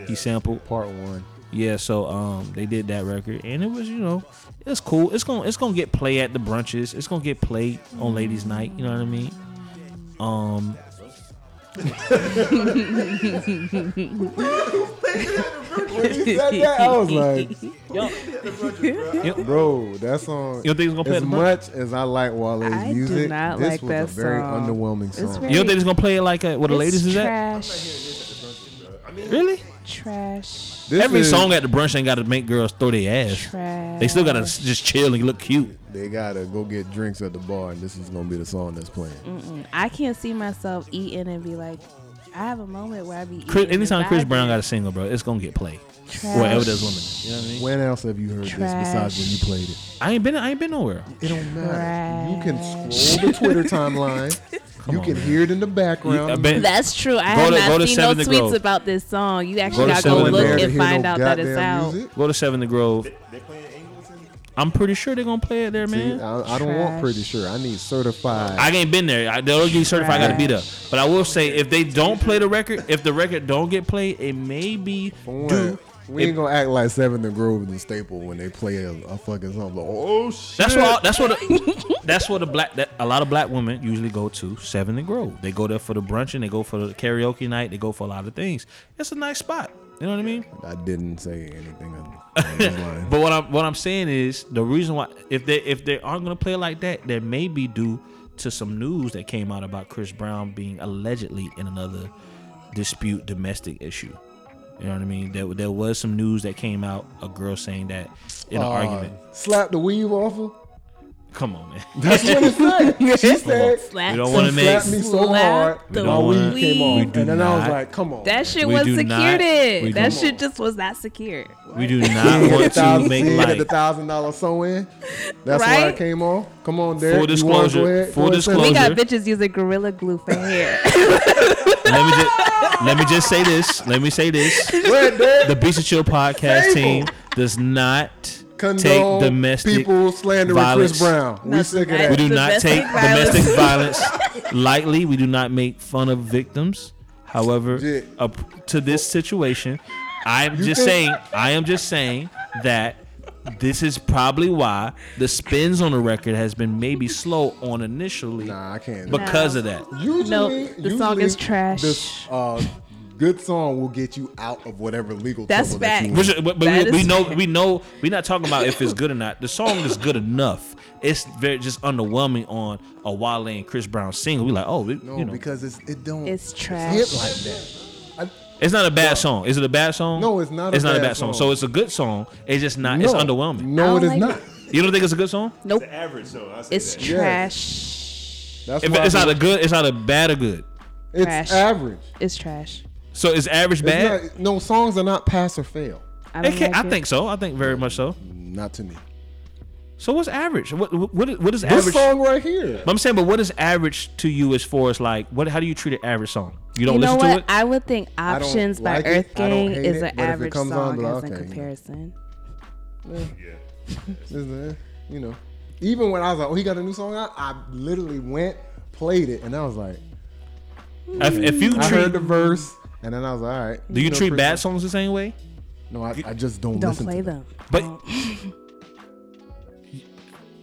A: He sampled.
C: Part one.
A: Yeah. So um, they did that record, and it was you know. It's cool. It's gonna it's gonna get play at the brunches. It's gonna get played on ladies' night. You know what I mean? Um,
C: When (laughs) he said that, I was like,
A: you know,
C: bro, that song.
A: you don't think it's gonna play at
C: As
A: the brunch?
C: much as I like Wale's
B: I do
C: music,
B: not
C: this
B: like
C: was
B: that
C: a very
B: song.
C: underwhelming
B: It's
C: song.
A: You don't think it's gonna play like a, where the ladies
B: it's
A: is at?
B: trash.
A: Really?
B: Trash.
C: This
A: Every
C: is-
A: song at the brunch ain't got to make girls throw their ass.
B: Trash.
A: They still gotta s- just chill and look cute.
C: They gotta go get drinks at the bar, and this is gonna be the song that's playing.
B: Mm-mm. I can't see myself eating and be like, I have a moment where I be.
A: Chris,
B: eating
A: anytime
B: and
A: Chris Brown got a
B: vibing.
A: single, bro, it's gonna get played.
B: Trash.
A: Wherever there's women, you know what I mean.
C: When else have you heard this besides when you played it?
A: I ain't been, I ain't been nowhere.
C: It don't matter. You can scroll the
B: (laughs)
C: Twitter timeline. you
A: on,
C: can
A: man.
C: hear it in the
A: You-
C: background.
A: I been-
B: That's true. I
A: Go
B: have
A: to- go to
B: not seen no
A: Seven to
B: tweets
A: Grove.
B: about this song. You
A: Go
B: actually
A: to
B: gotta
A: Seven
B: go
A: to
B: look
A: Grove.
B: and
C: Hear no
B: find out that it's
C: goddamn
B: out.
C: music?
A: Go to Seven the Grove.
D: They, they playing angles and
A: I'm pretty sure they're gonna play it there,
C: See,
A: man.
C: I, I don't want
B: Trash.
C: pretty sure. I need certified.
A: I ain't been there. I, they'll get certified. I gotta be there.
B: Trash.
A: But I will say, if they don't play the record, if the record don't get played, it may be due.
C: we ain't gonna act like Seven the Grove and the Staple when they play a, a fucking song. Like, oh shit!
A: That's what. That's what.
B: (laughs)
A: The, that's what the black. That, a lot of black women usually go to Seven and Grove. They go there for the brunch and they go for the karaoke night. They go for a lot of things. It's a nice spot. You know what I mean?
C: I didn't say anything. (laughs) Of, those lines.
A: But what I'm what I'm saying is the reason why if they if they aren't gonna play like that, that may be due to some news that came out about Chris Brown being allegedly in another dispute domestic issue. You know what I mean? There, there was some news that came out, a girl saying that in an
C: Uh,
A: argument. (laughs)
C: Slap the weave off her.
A: Come on,
C: (laughs)
A: man.
C: That's what it said. She said.
B: Slap
A: We don't wanna
C: "She
A: make-
C: slapped me so
B: Slap
C: hard.
B: the
C: my weed
A: weed.
C: came off,
A: We
C: and
A: do
C: then I was
A: not.
C: like, "Come on."
B: That shit
A: We
B: was
A: do
B: secured.
A: not- we
B: in. That
A: do-
B: shit just was not secured.
A: We do
C: See
A: not
C: the
A: want to
C: thousand- (laughs)
A: make
C: see the
A: light.
C: thousand dollar sew in. That's why
B: Right?
C: it came off. Come on,
A: Full
C: Derek. you wanna
A: disclosure-
C: Go ahead,
A: full
C: go ahead and say
B: We
A: disclosure.
C: it.
B: got bitches using gorilla glue for
C: (laughs)
B: hair.
A: Let me just let me just say this. Let me say this.
C: Go ahead, Derek.
A: The Beast and Chill podcast
C: Fable.
A: team does not
C: Condone
A: take domestic
C: people slandering
A: violence.
C: Chris Brown. We
B: No,
C: sick of
B: right.
C: that.
A: We do not
B: Domestic
A: take
B: violence.
A: domestic
B: (laughs)
A: violence lightly. We do not make fun of victims. However,
C: Legit.
A: up to this situation, I'm just
C: think-
A: saying. I am just saying that this is probably why the spins on the record has been maybe slow on initially
C: Nah, I can't.
A: because of that.
C: Usually,
B: Nope, the
C: usually
B: song is trash.
C: This uh, good song will get you out of whatever legal
B: That's
C: trouble that you
B: fact.
A: Which, but but
B: That
A: we, we
B: is
A: know
B: fair.
A: we know we're not talking about if it's good or not. The song is good enough. It's very just underwhelming on a Wale and Chris Brown single. We like, oh, it,
C: No,
A: you know,
C: because it's it don't
B: It's
C: hit
B: trash.
C: like that. I,
A: it's not a bad song. Is it a bad song?
C: No, it's not a
A: It's not a
C: bad
A: bad song.
C: song.
A: So it's a good song. It's just not. It's
C: no,
A: underwhelming.
C: No,
B: I
C: it is
B: don't like
C: not.
B: it.
A: You don't think it's a good song?
B: nope.
D: The average song. I say
B: It's
D: that.
B: trash.
C: That's
A: If
C: why
A: it's
C: I
A: not a
C: think
A: good, it's not a bad or good.
C: it's
B: Trash.
C: average.
B: It's trash.
A: So is average
C: It's
A: bad?
C: not- no songs are not pass or fail.
B: I,
A: It
B: don't
A: can-
B: like
A: I
B: it.
A: think so. I think very much so.
C: Not to me.
A: So what's average? What what what is
C: This
A: average?
C: song right here.
A: I'm saying, but what is average to you as far as like what? How do you treat an average song? You don't
B: You know
A: listen
B: what?
A: to it.
B: I would think
C: don't
B: "Options" by
C: like it.
B: Earth
C: I don't
B: Gang
C: hate
B: is an
C: it, but if it
B: average
C: comes on,
B: song
C: I'm
B: as
C: like,
B: in
C: okay, you know.
B: comparison.
D: Yeah.
C: This is- you know, even when I was like, "Oh, he got a new song out," I literally went, played it, and I was like,
A: If, if you
C: I heard
A: treat,
C: the verse, and then I was like, "All right."
A: do you
C: know,
A: treat
C: pretty-
A: bad songs the same way?
C: No, I, I just don't,
B: Don't
C: listen
B: play
C: to them.
B: them.
A: But-
B: Don't.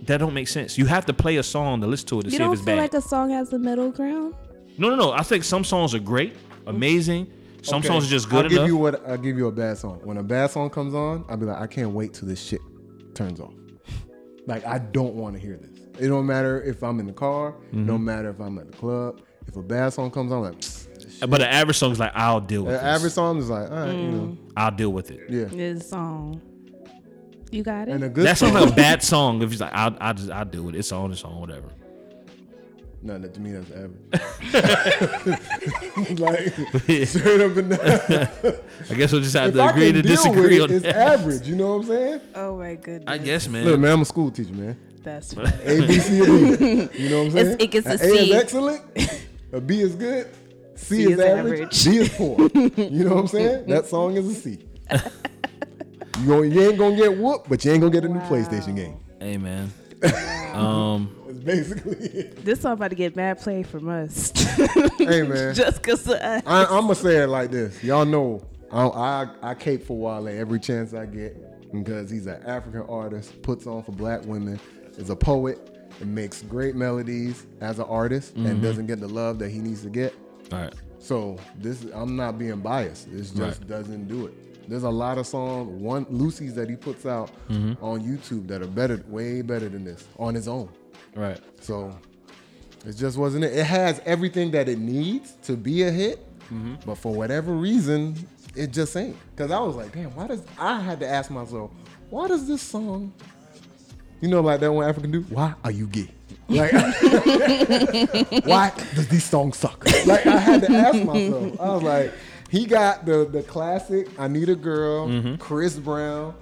A: That don't make sense. You have to play a song to listen to it to
B: you
A: see if
B: don't
A: it's
B: feel
A: bad.
B: like a song has a middle ground.
A: no, no, no. I think some songs are great, amazing. Some
C: Okay,
A: songs are just good
C: I'll
A: enough.
C: Give you what, I'll give you a bad song. When a bad song comes on, I'll be like, I can't wait till this shit turns off. Like, I don't want to hear this. It don't matter if I'm in the car,
A: Mm-hmm.
C: no matter if I'm at the club. If a bad song comes on, I'm like,
A: but an average song is Mm. like, I'll deal with
C: the
A: it.
C: average song is like, all right, you know,
A: I'll deal with it.
C: yeah.
B: This song. You got it.
C: And a good
A: That sounds
C: song,
A: like a bad song. If it's like, I'll, I'll just, I'll deal with it. It's on, it's on, whatever. (laughs)
C: no, that to me that's average. (laughs) like straight up
A: (laughs)
C: and down.
A: I guess we'll just have
C: If
A: to
C: I
A: agree to
C: can deal
A: disagree on
C: with it, it's
A: that.
C: average. You know what I'm saying?
B: oh my goodness.
A: I guess, man.
C: Look, man, I'm a school teacher, man.
B: that's funny.
C: A, B, C, or D. You know what I'm saying?
B: It's- it gets a
C: A is
B: C.
C: excellent. A B is good. C, is, average. D is poor. You know what I'm saying? That song is a C. you, gon- you ain't gonna get whooped, but you ain't gonna get a new PlayStation game.
A: hey,
C: (laughs)
A: man. Um,
C: That's basically it.
B: this song about to get mad play from us. (laughs)
C: Hey man,
B: Just cause of us.
C: (laughs) I, I'm gonna say it like this. Y'all know I I, I cape for Wale every chance I get because he's an African artist, puts on for black women, is a poet, and makes great melodies as an artist, and doesn't get the love that he needs to get.
A: All right.
C: So this, I'm not being biased. This just
A: Right.
C: doesn't do it. There's a lot of songs, one Lucy's that he puts out on YouTube that are better, way better than this on his own.
A: Right.
C: So it just wasn't it. It has everything that it needs to be a hit, but for whatever reason, it just ain't. Cause I was like, damn, why does I had to ask myself, why does this song? You know, like that one African dude. Why are you gay? Like, (laughs) why does these songs suck? Like, I had to ask myself. I was like, he got the the classic "I Need a Girl," Chris Brown.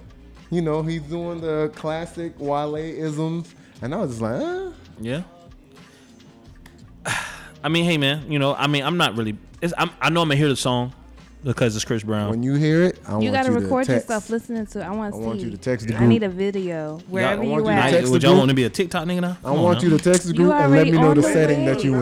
C: You know, he's doing the classic Wale isms, and I was just like, ah.
A: Yeah. (sighs) I mean, hey, man. You know, I mean, I'm not really. It's, I'm, I know I'm gonna hear the song because it's Chris Brown.
C: When you hear it, I
B: You
C: want
B: gotta
C: you
B: record
C: to text.
B: yourself listening to. it. I want
C: I
B: to see.
C: want you to text the
B: I need
C: group.
B: a video
C: I
B: wherever
C: want
B: you
C: you to
A: Now,
B: at.
C: text the
A: would y'all
C: group.
A: want to be a TikTok nigga now?
C: I want you to text the group and let
B: already
C: me know
B: on
C: the
B: the
C: setting
B: way.
C: that you in.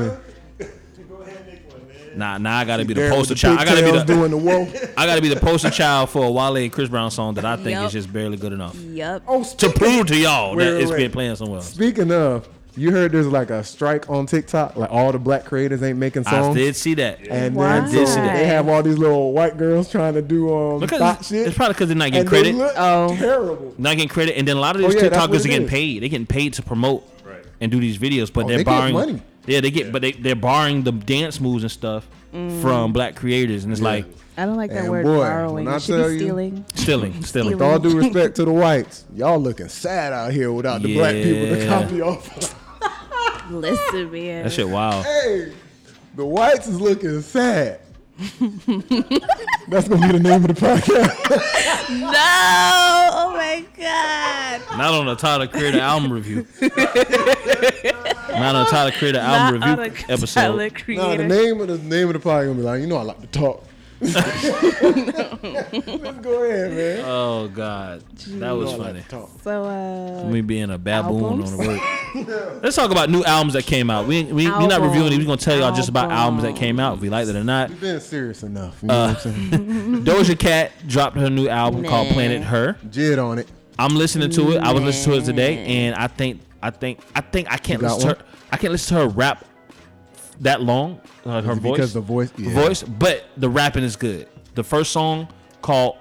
D: Go ahead and make one, man.
A: Nah, nah. I gotta be the
C: There with
A: poster child. I gotta be
C: pigtails
A: the.
C: doing the whoa.
A: (laughs) I gotta be the poster child for a Wale and Chris Brown song that I think
B: Yup.
A: is just barely good enough
B: Yep.
C: Oh,
A: to
C: speaking,
A: prove to y'all
C: Wait,
A: that
C: wait,
A: it's been
C: wait.
A: playing somewhere else.
C: speaking of, you heard there's like a strike on TikTok. Like all the black creators ain't making
A: I
C: songs.
A: did see that.
C: And
B: Why?
C: then so they have all these little white girls trying to do um
A: Because
C: thought
A: it's,
C: shit.
A: it's probably because they're not getting
C: and
A: credit.
C: They look
B: Oh.
C: terrible.
A: not getting credit, and then a lot of these
C: Oh, yeah, that's what
A: TikTokers are
C: it
A: getting
C: is.
A: paid. They're getting paid to promote
D: Right.
A: and do these videos, but
C: Oh,
A: they're
C: they get
A: borrowing
C: money.
A: Yeah, they get, but they they're borrowing the dance moves and stuff
B: Mm.
A: from black creators, and it's like
B: I don't like that
C: And
B: word
C: boy,
B: borrowing.
C: when I
B: It should
C: tell
B: be
C: you-
B: stealing.
A: stealing, stealing.
C: With all due respect to the whites, y'all looking sad out here without the black people to
A: Yeah.
C: copy off.
B: Listen, man.
A: That shit, wow.
C: hey, the whites is looking sad. That's gonna be the name of the podcast.
B: No! Oh my god!
A: Not on the Tyler Creator album
B: (laughs)
A: review. Not on the Tyler Creator album
B: Not on a
A: review episode.
B: (laughs) Tyler
C: no, the
B: creator.
C: name of the name of the podcast gonna be like, you know, I like
B: (laughs)
C: to talk. (laughs) Let's go ahead, man.
A: Oh God, that was
C: You know I like
A: funny.
C: to talk.
B: so, uh,
C: Mm.
A: Me being a baboon
B: Albums?
A: on the work.
C: (laughs)
A: Let's talk about new albums that came out. We we we're not
B: Albums.
A: reviewing it. We're gonna tell y'all just about albums that came out, if we liked it or not.
C: We've been serious enough. You know
A: Uh,
C: what
A: (laughs)
C: I'm saying?
A: Doja Cat dropped her new album called
B: Nah.
A: Planet Her.
C: Jid on it.
A: I'm listening to it. I was listening to it today, and I think I think I think I can't
C: You got
A: listen to her. I can't listen to her rap that long. Uh, her
C: it
A: voice,
C: because the voice-
A: Her
C: yeah.
A: voice, but the rapping is good. The first song called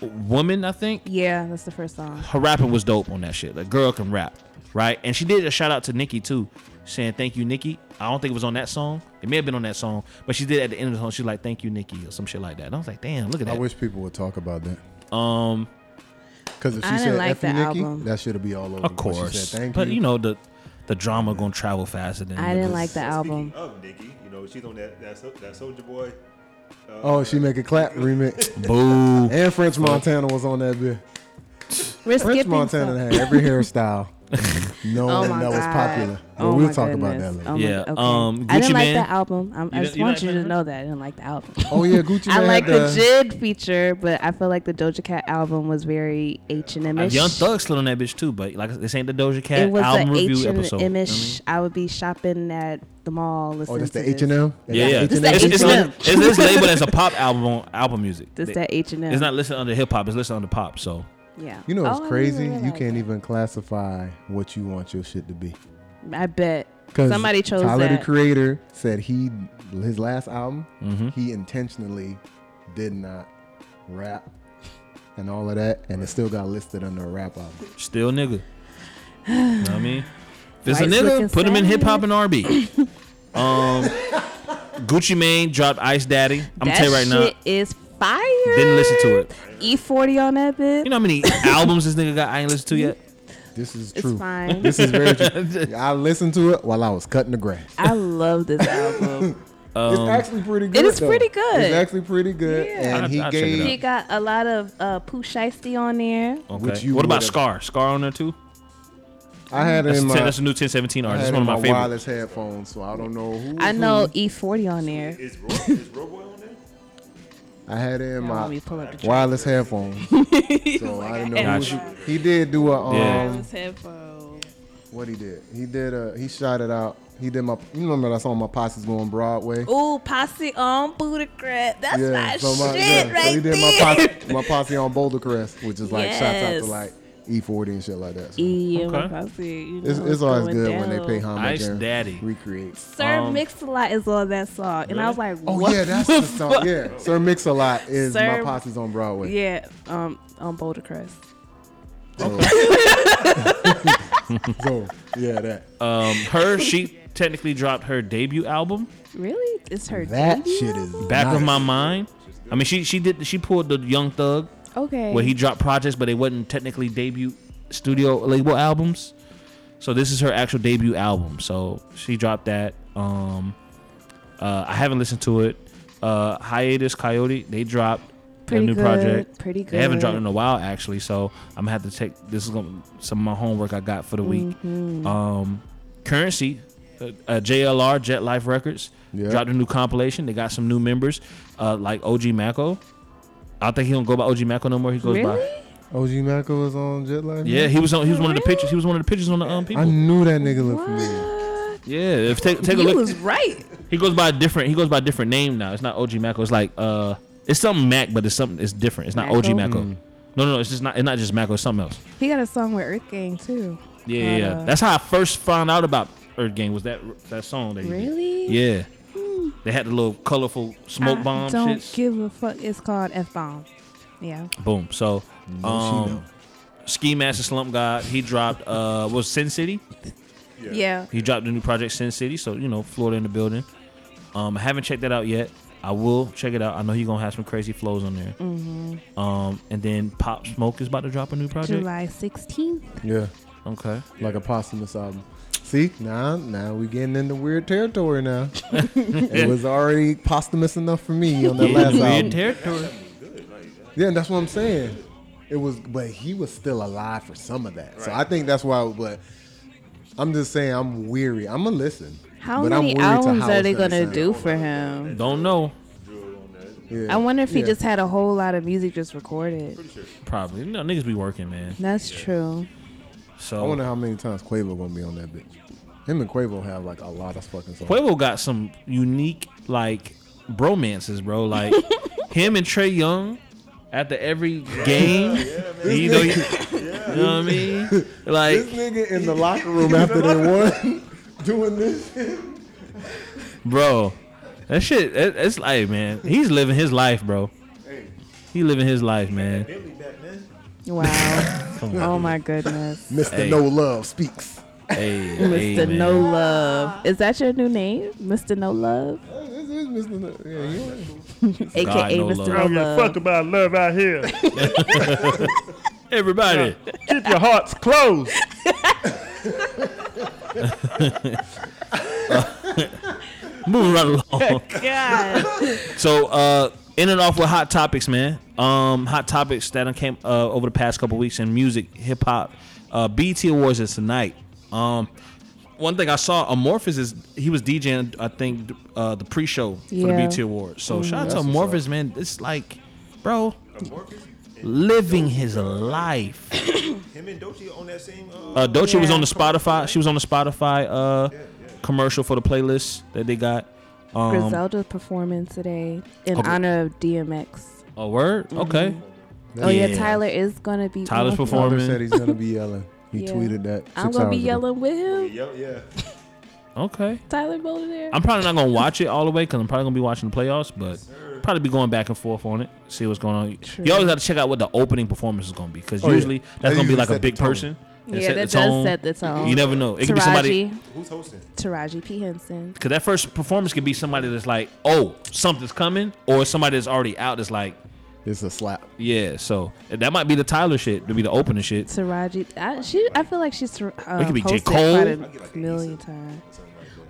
A: "Woman," I think
B: yeah, that's the first song.
A: her rapping was dope on that shit. The girl can rap, right? And she did a shout out to Nikki too, saying thank you, Nikki. I don't think it was on that song. It may have been on that song, but she did at the end of the song. She's like, "Thank you, Nikki," or some shit like that. And I was like, "Damn, look at
C: I
A: that."
C: wish people would talk about that.
A: um,
C: Because if she
B: I didn't
C: said
B: like
C: F you,
B: the
C: Nikki,
B: album.
C: that should be all over.
A: of
C: But she
A: course,
C: said, Thank
A: but
C: you.
A: you know the the drama gonna travel faster than
B: I
A: the-
B: didn't like the album.
D: Speaking of Nikki, you know she's on that that, Sol- that Soldier Boy. Uh,
C: Oh, she make a clap remix.
A: Boo.
C: And French Montana was on that bit.
B: We're
C: French
B: skipping
C: Montana
B: some-
C: had every
B: (laughs)
C: hairstyle known
B: Oh my
C: that was
B: God.
C: popular. But
B: Oh
C: we'll
B: my
C: talk about
B: goodness.
C: that later.
B: Oh my-
A: Yeah,
B: okay.
A: um,
B: I didn't
A: Gucci
B: like
A: Mane.
B: the album. I'm,
A: You
B: I
A: don't-
B: just
A: you
B: want
A: don't
B: you
A: like
B: to
A: Mane?
B: know that I didn't like the album.
C: (laughs) Oh yeah, Gucci.
B: I
C: Mane
B: like
C: had uh,
B: the Jid feature, but I feel like the Doja Cat album was very H and M ish.
A: Young Thug slid on that bitch too, but like this ain't the Doja Cat
B: It was
A: album
B: the
A: review
B: H
A: episode.
B: and M
A: You know what I mean?
B: ish. I would be shopping at the mall. Listening
C: Oh, that's the
B: to this.
C: H
B: (laughs)
C: and M.
A: Yeah, yeah.
B: It's
A: It's,
B: the
A: it's, it's,
B: H&M.
A: it's, it's labeled as a pop album on Apple Music.
B: That's
A: They-
B: that H and M.
A: It's not listed under hip hop. It's listed under pop. So
B: Yeah.
C: You know it's
B: Oh, I didn't even
C: crazy. You
B: realize
C: can't
B: that.
C: even classify what you want your shit to be.
B: I bet.
C: 'Cause
B: Somebody chose
C: Tyler
B: that.
C: the Creator said he his last album
B: Mm-hmm.
C: he intentionally did not rap and all of that, and it still got listed under a rap album.
A: still nigga. you know what I mean? If it's a
B: White's looking
A: nigga, put him in
B: sad.
A: hip hop and R&B. um, Gucci Mane dropped Ice Daddy. I'm gonna
B: that
A: tell you right now.
B: shit is fire.
A: Didn't listen to it.
B: E40 on that bit.
A: You know how
B: (laughs)
A: many albums this nigga got? I ain't listened to yet.
C: This is
B: it's
C: true.
B: fine.
C: This
B: (laughs)
C: is very true. I listened to it while I was cutting the grass.
B: I love
C: (laughs)
B: this album.
C: it's actually pretty good.
B: is
C: though.
B: pretty good.
C: It's actually pretty good.
B: Yeah.
C: And
A: I'll-
C: he
A: I'll check it
C: gave
B: He got a lot of uh, Pooh Shiesty on there.
A: Okay.
C: Which you
A: what about
C: would've-
A: Scar? Scar on there too?
C: I had it
A: That's,
C: in my,
A: ten, that's a new 1017
C: I
A: artist. It's
C: had it
A: one
C: in
A: of my
C: my,
A: favorites.
C: wireless headphones, so I don't know who.
B: I know
C: mm-hmm.
B: E40 on there.
D: Is
A: (laughs)
D: Ro, is Ro Boy on there?
C: I had it in
B: Y'all want me
C: my
B: to pull up the track? (laughs)
C: wireless headphones, so I didn't know.
A: Gotcha.
C: Who he, he did do a um,
A: Yeah.
C: what he did. He did a he shouted out. He did my you remember that song my posse's going Broadway.
B: Ooh, posse on Budacrap. That's my
C: my,
B: shit
C: yeah,
B: right
C: so he did
B: there.
C: my posse, my posse on Boulder Crest, which is like shots out
B: Yes.
C: to like E40 and shit like that.
B: (laughs)
C: So
B: Yeah, my
A: Okay.
B: posse, you know,
C: it's, it's always
B: going
C: good when they
B: down.
C: pay homage
A: Ice
C: and
A: Daddy.
C: recreate.
B: Sir
A: Um,
B: Mix-a-Lot is on that song, and I was like,
C: Oh
B: what?
C: yeah, that's the song. Yeah, Sir Mix a Lot is
B: Sir-
C: my posse's on Broadway.
B: yeah, um, on Boulder Crest.
C: So, so yeah, that
A: Um, her, she technically dropped her debut album,
B: Really? It's her
C: that
B: debut
C: shit is
B: album?
A: Back
C: nice.
A: of My Mind. I mean, she she did she pulled the Young Thug
B: Okay.
A: where he dropped projects, but they wasn't technically debut studio label albums. So this is her actual debut album. So she dropped that. Um, uh, I haven't listened to it. Uh, Hiatus Coyote they dropped
B: Pretty
A: a new
B: good,
A: project.
B: pretty
A: They haven't dropped
B: good.
A: in a while actually. So I'm gonna have to take this is gonna, some of my homework I got for the week.
B: Mm-hmm.
A: Um, Currency, uh, uh, JLR Jet Life Records
C: Yeah.
A: dropped a new compilation. They got some new members uh, like OG Mako. I don't think he don't go by OG Mako no more. He goes
B: really?
A: by
C: OG Macko was on Jet Life.
A: yeah, he was on. He was one of the
B: Really?
A: pictures. He was one of the pictures on the um people.
C: I knew that nigga looked familiar.
B: What?
A: yeah, if take take a
B: He
A: look.
B: was right.
A: he goes by a different. He goes by a different name now. It's not OG Mako. It's like uh, it's something Mac, but it's something. It's different. It's not OG
B: Mako?
A: Mako. No, no, no, it's just not. It's not just Mako. It's something else.
B: He got a song with Earth Gang too.
A: Yeah, yeah, yeah.
B: Uh,
A: That's how I first found out about Earth Gang. Was that that song? That he did.
B: Really? Hmm.
A: Yeah. They had the little colorful smoke
B: I
A: bomb
B: Don't
A: shits.
B: give a fuck. It's called F bomb. Yeah.
A: Boom. So, um, Ski Master Slump God, he dropped uh was Sin City.
D: Yeah.
B: Yeah.
A: He dropped a new project, Sin City. So you know, Florida in the building. Um, I haven't checked that out yet. I will check it out. I know he's gonna have some crazy flows on there. Um, and then Pop Smoke is about to drop a new project.
B: July 16th.
C: Yeah.
A: Okay.
C: Like a posthumous album. See, now now we getting into weird territory
A: (laughs)
C: now. it was already posthumous enough for me on that
A: Yeah,
C: last
A: weird
C: album.
A: territory.
C: yeah, that's what I'm saying. It was, but he was still alive for some of that. So I think that's why. But I'm just saying, I'm weary. I'm gonna listen.
B: How
C: but I'm
B: many
C: weary to
B: albums
C: how
B: are
C: it's
B: they gonna
C: sound.
B: do for him?
A: Don't know.
C: Yeah.
B: I wonder if he
C: Yeah.
B: just had a whole lot of music just recorded.
A: Probably. No niggas be working, man.
B: That's true.
A: So
C: I wonder how many times Quavo gonna be on that bitch. Him and Quavo have like a lot of fucking songs.
A: Quavo got some unique like bromances, bro. Like him and Trey Young after every
C: (laughs)
A: game. you, know, you, you know what I mean?
C: This
A: Like,
C: nigga in the locker room after they won, (laughs) doing this.
A: bro, that shit. It, it's like, man, he's living his life, bro. He living his life, man.
D: Billy Batman.
B: Wow.
C: (laughs)
A: Come on,
B: oh my goodness.
C: Mr.
A: Hey.
C: No Love speaks.
A: hey, hey,
B: Mr.
A: man.
B: No Love. Is that your new name? Mr. No Love?
C: This is Mr. No- yeah, yeah.
B: AKA
A: God, No
B: Mr.
A: Love.
B: No
A: I
B: Love.
D: about love out here.
A: everybody.
D: Keep your hearts closed.
A: Moving right along.
B: God.
A: So, uh, in and off with hot topics, man. Um, hot topics that done came uh, over the past couple weeks in music, hip hop. Uh, BT Awards is tonight. Um, one thing I saw, Amorphous is he was DJing, I think, uh, the pre-show for the
B: Yeah.
A: BT Awards. So shout out to Amorphous, man. It's like, bro,
D: Amorphous,
A: living his life.
D: him and Dolce on that same. Uh,
A: Uh, Dolce was
B: Yeah.
A: on the Spotify. She was on the Spotify uh, commercial for the playlist that they got. Um,
B: Griselda's performing today in
A: Oh, but-
B: honor of DMX.
A: a word, okay.
B: Oh yeah, Tyler is gonna be.
A: Tyler's
B: performing.
A: performing.
C: Tyler said he's gonna be yelling.
B: (laughs)
C: He
B: Yeah.
C: tweeted that.
B: I'm
C: six
B: gonna be
C: hours ago.
B: yelling with him.
D: yeah, yeah.
A: Okay.
B: Tyler Bowler there.
A: I'm probably not gonna watch it all the way because I'm probably gonna be watching the playoffs, but probably be going back and forth on it, see what's going on.
B: True.
A: You always got to check out what the opening performance is gonna be because
C: Oh, yeah.
A: usually
C: That
A: that's gonna be
C: usually
A: like a
C: set
A: big
C: the tone.
A: person. and
B: yeah,
A: set
B: that
A: the tone.
B: does set the tone.
A: You never know. It could be somebody
B: Taraji,
D: Who's hosting?
B: Taraji P Henson.
A: because that first performance could be somebody that's like, oh, something's coming, or somebody that's already out that's like,
C: It's a slap.
A: yeah. So that might be the Tyler shit to be the opening shit.
B: Taraji, I, she, I feel like she's. Um,
A: It could be J.
B: hosted
A: Cole.
B: quite a million times.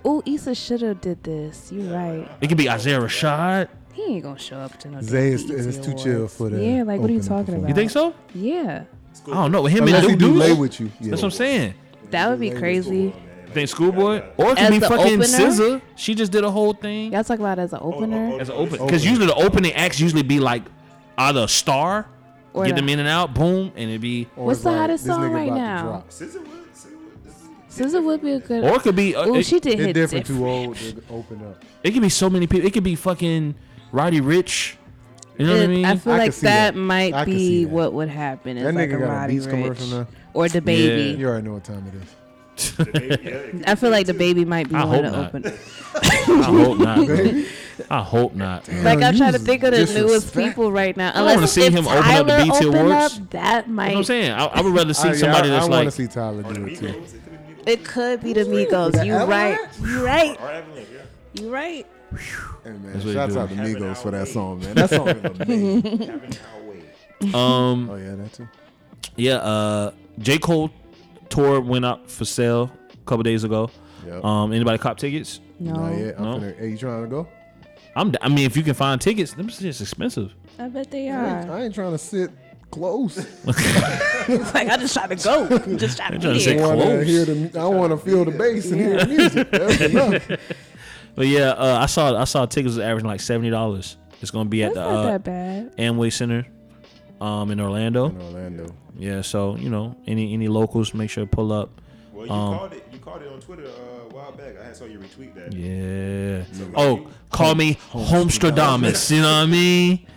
B: Oh, Issa should have did this. You're right.
A: It could be Isaiah Rashad.
B: He ain't gonna show up to no. damn
C: Zay is,
B: BET
C: is too
B: Awards.
C: chill for that.
B: Yeah, like what are you
C: opening
B: talking
C: performance.
B: about?
A: You think so?
B: Yeah,
A: I don't know. Him
C: Unless he
A: and
C: do
A: Duke
C: lay
A: Duke.
C: with you. Yeah.
A: That's what I'm saying.
B: that would be crazy.
A: You think Schoolboy or it could
B: As
A: be
B: the
A: fucking
B: opener?
A: SZA. She just did a whole thing.
B: Y'all talk about it as
A: Oh,
B: an
D: Oh,
B: opener.
A: as an open because usually the opening acts usually be like either a star,
B: Or
A: get
B: the-
A: them in and out, boom, and it'd be
C: Or
B: What's
C: it's
B: the
C: like,
B: hottest
C: this
B: song
C: nigga
B: right
C: about to
B: now?
C: drop.
D: Scissor Wood? Scissor Wood?
A: (laughs)
D: This is-
B: SZA would be a good.
A: or it could be uh,
B: Oh,
A: it,
B: she did
C: They're
B: hit
C: different,
B: different.
C: too old to open up.
A: it could be so many people. It could be fucking Roddy Rich. You know what I
B: It-
A: mean?
B: I feel
C: I could
B: like
C: see
B: that,
C: that.
B: might
C: I could see
B: be
C: that.
B: what would happen. It's
C: That
B: like
C: nigga
B: a
C: got a
B: Roddy
C: Beats
B: Rich
C: commercial now.
B: or the baby.
C: You already know what time it is.
D: The baby, yeah, it could
B: I
D: be
B: feel like
D: too.
B: the baby might be
A: I
B: one
A: hope
B: of the
A: not.
B: open.
A: I hope not.
B: (laughs)
A: bro. I hope not.
B: Like
C: Yo,
B: I'm
C: you
B: trying to
C: just
B: think of the newest
C: disrespect-
B: people right now.
A: wanna
B: Unless
A: see
B: if
A: him open up the
B: Tyler
A: BET
B: opened
A: Awards.
B: up, that
A: You know what I'm
B: might.
A: saying? I, I would rather see
C: I- yeah,
A: somebody
C: I,
A: that's
C: I
A: like
C: want to see Tyler do it too.
D: Migos, it could be Migos.
B: It could be the Migos.
C: The
B: You right. You right.
D: Or Avalanche,
A: (laughs)
D: yeah.
B: You right.
C: Hey, man,
A: That's what he
C: shouts
A: do.
C: out to
D: Having
C: Migos for
D: our
C: that
D: way.
C: song, man. That song is
B: (laughs)
C: amazing.
D: Having our way.
A: um
C: oh yeah, that too.
A: yeah uh J Cole tour went up for sale a couple days ago.
C: Yep.
A: Um anybody cop tickets?
B: No.
C: Nah, yeah, I'm
A: No.
C: finna- Hey, you trying to go?
A: I'm d- I mean if you can find tickets, them shit's expensive.
B: I bet they
C: I ain't-
B: are.
C: I ain't trying to sit close.
B: like I just try to go. I'm just try to
A: tryna
B: get.
A: say-
C: I want to
A: Close.
C: hear the. I want to feel the bass and hear the
B: (laughs)
C: music. That's enough.
A: But yeah, uh, I saw I saw tickets was averaging like seventy dollars. It's gonna be
B: That's
A: at the
B: not
A: uh,
B: that bad.
A: Amway Center, um, in Orlando.
C: In Orlando.
A: Yeah, so you know, any any locals, make sure to pull up.
D: Well, you
A: Um,
D: called it. You called it on Twitter uh, a while back. I saw you retweet that.
A: Yeah. Oh, call me Homstradamus. You know what I mean?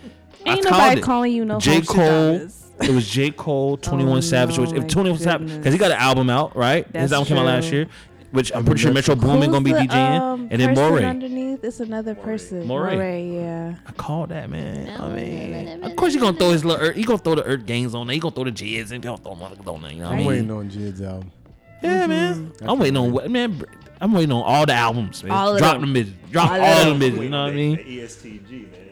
A: I
B: Ain't
A: called
B: nobody
A: it.
B: calling you no
A: J Cole.
B: Homstradamus.
A: It was J Cole, Twenty One
B: (laughs) Oh,
A: Savage.
B: no,
A: Which
B: my
A: if Twenty One Savage,
B: goodness.
A: because he got an album out, right?
B: That's
A: His album came out
B: true.
A: last year, which I'm pretty sure Metro Boomin gonna be
B: Who's
A: DJing,
B: the, um,
A: and then
B: person
A: Moray.
B: Underneath, it's another person.
A: Moray.
B: Moray, yeah.
A: I called that man. I mean, of course you gonna throw his little. Earth, you gonna throw the Earth gangs on there. You gonna throw the Jizz and you gonna throw motherfuckers on there. You know what I
C: I'm
A: mean?
C: waiting on Jid's album.
A: Yeah, man. I'm waiting on what man. I'm waiting on all the albums, man.
B: All of
A: Drop
B: them.
A: them bitches. Drop
B: All
A: all,
B: of
A: them
B: them.
A: bitches. You know what I mean?
D: E ESTG man.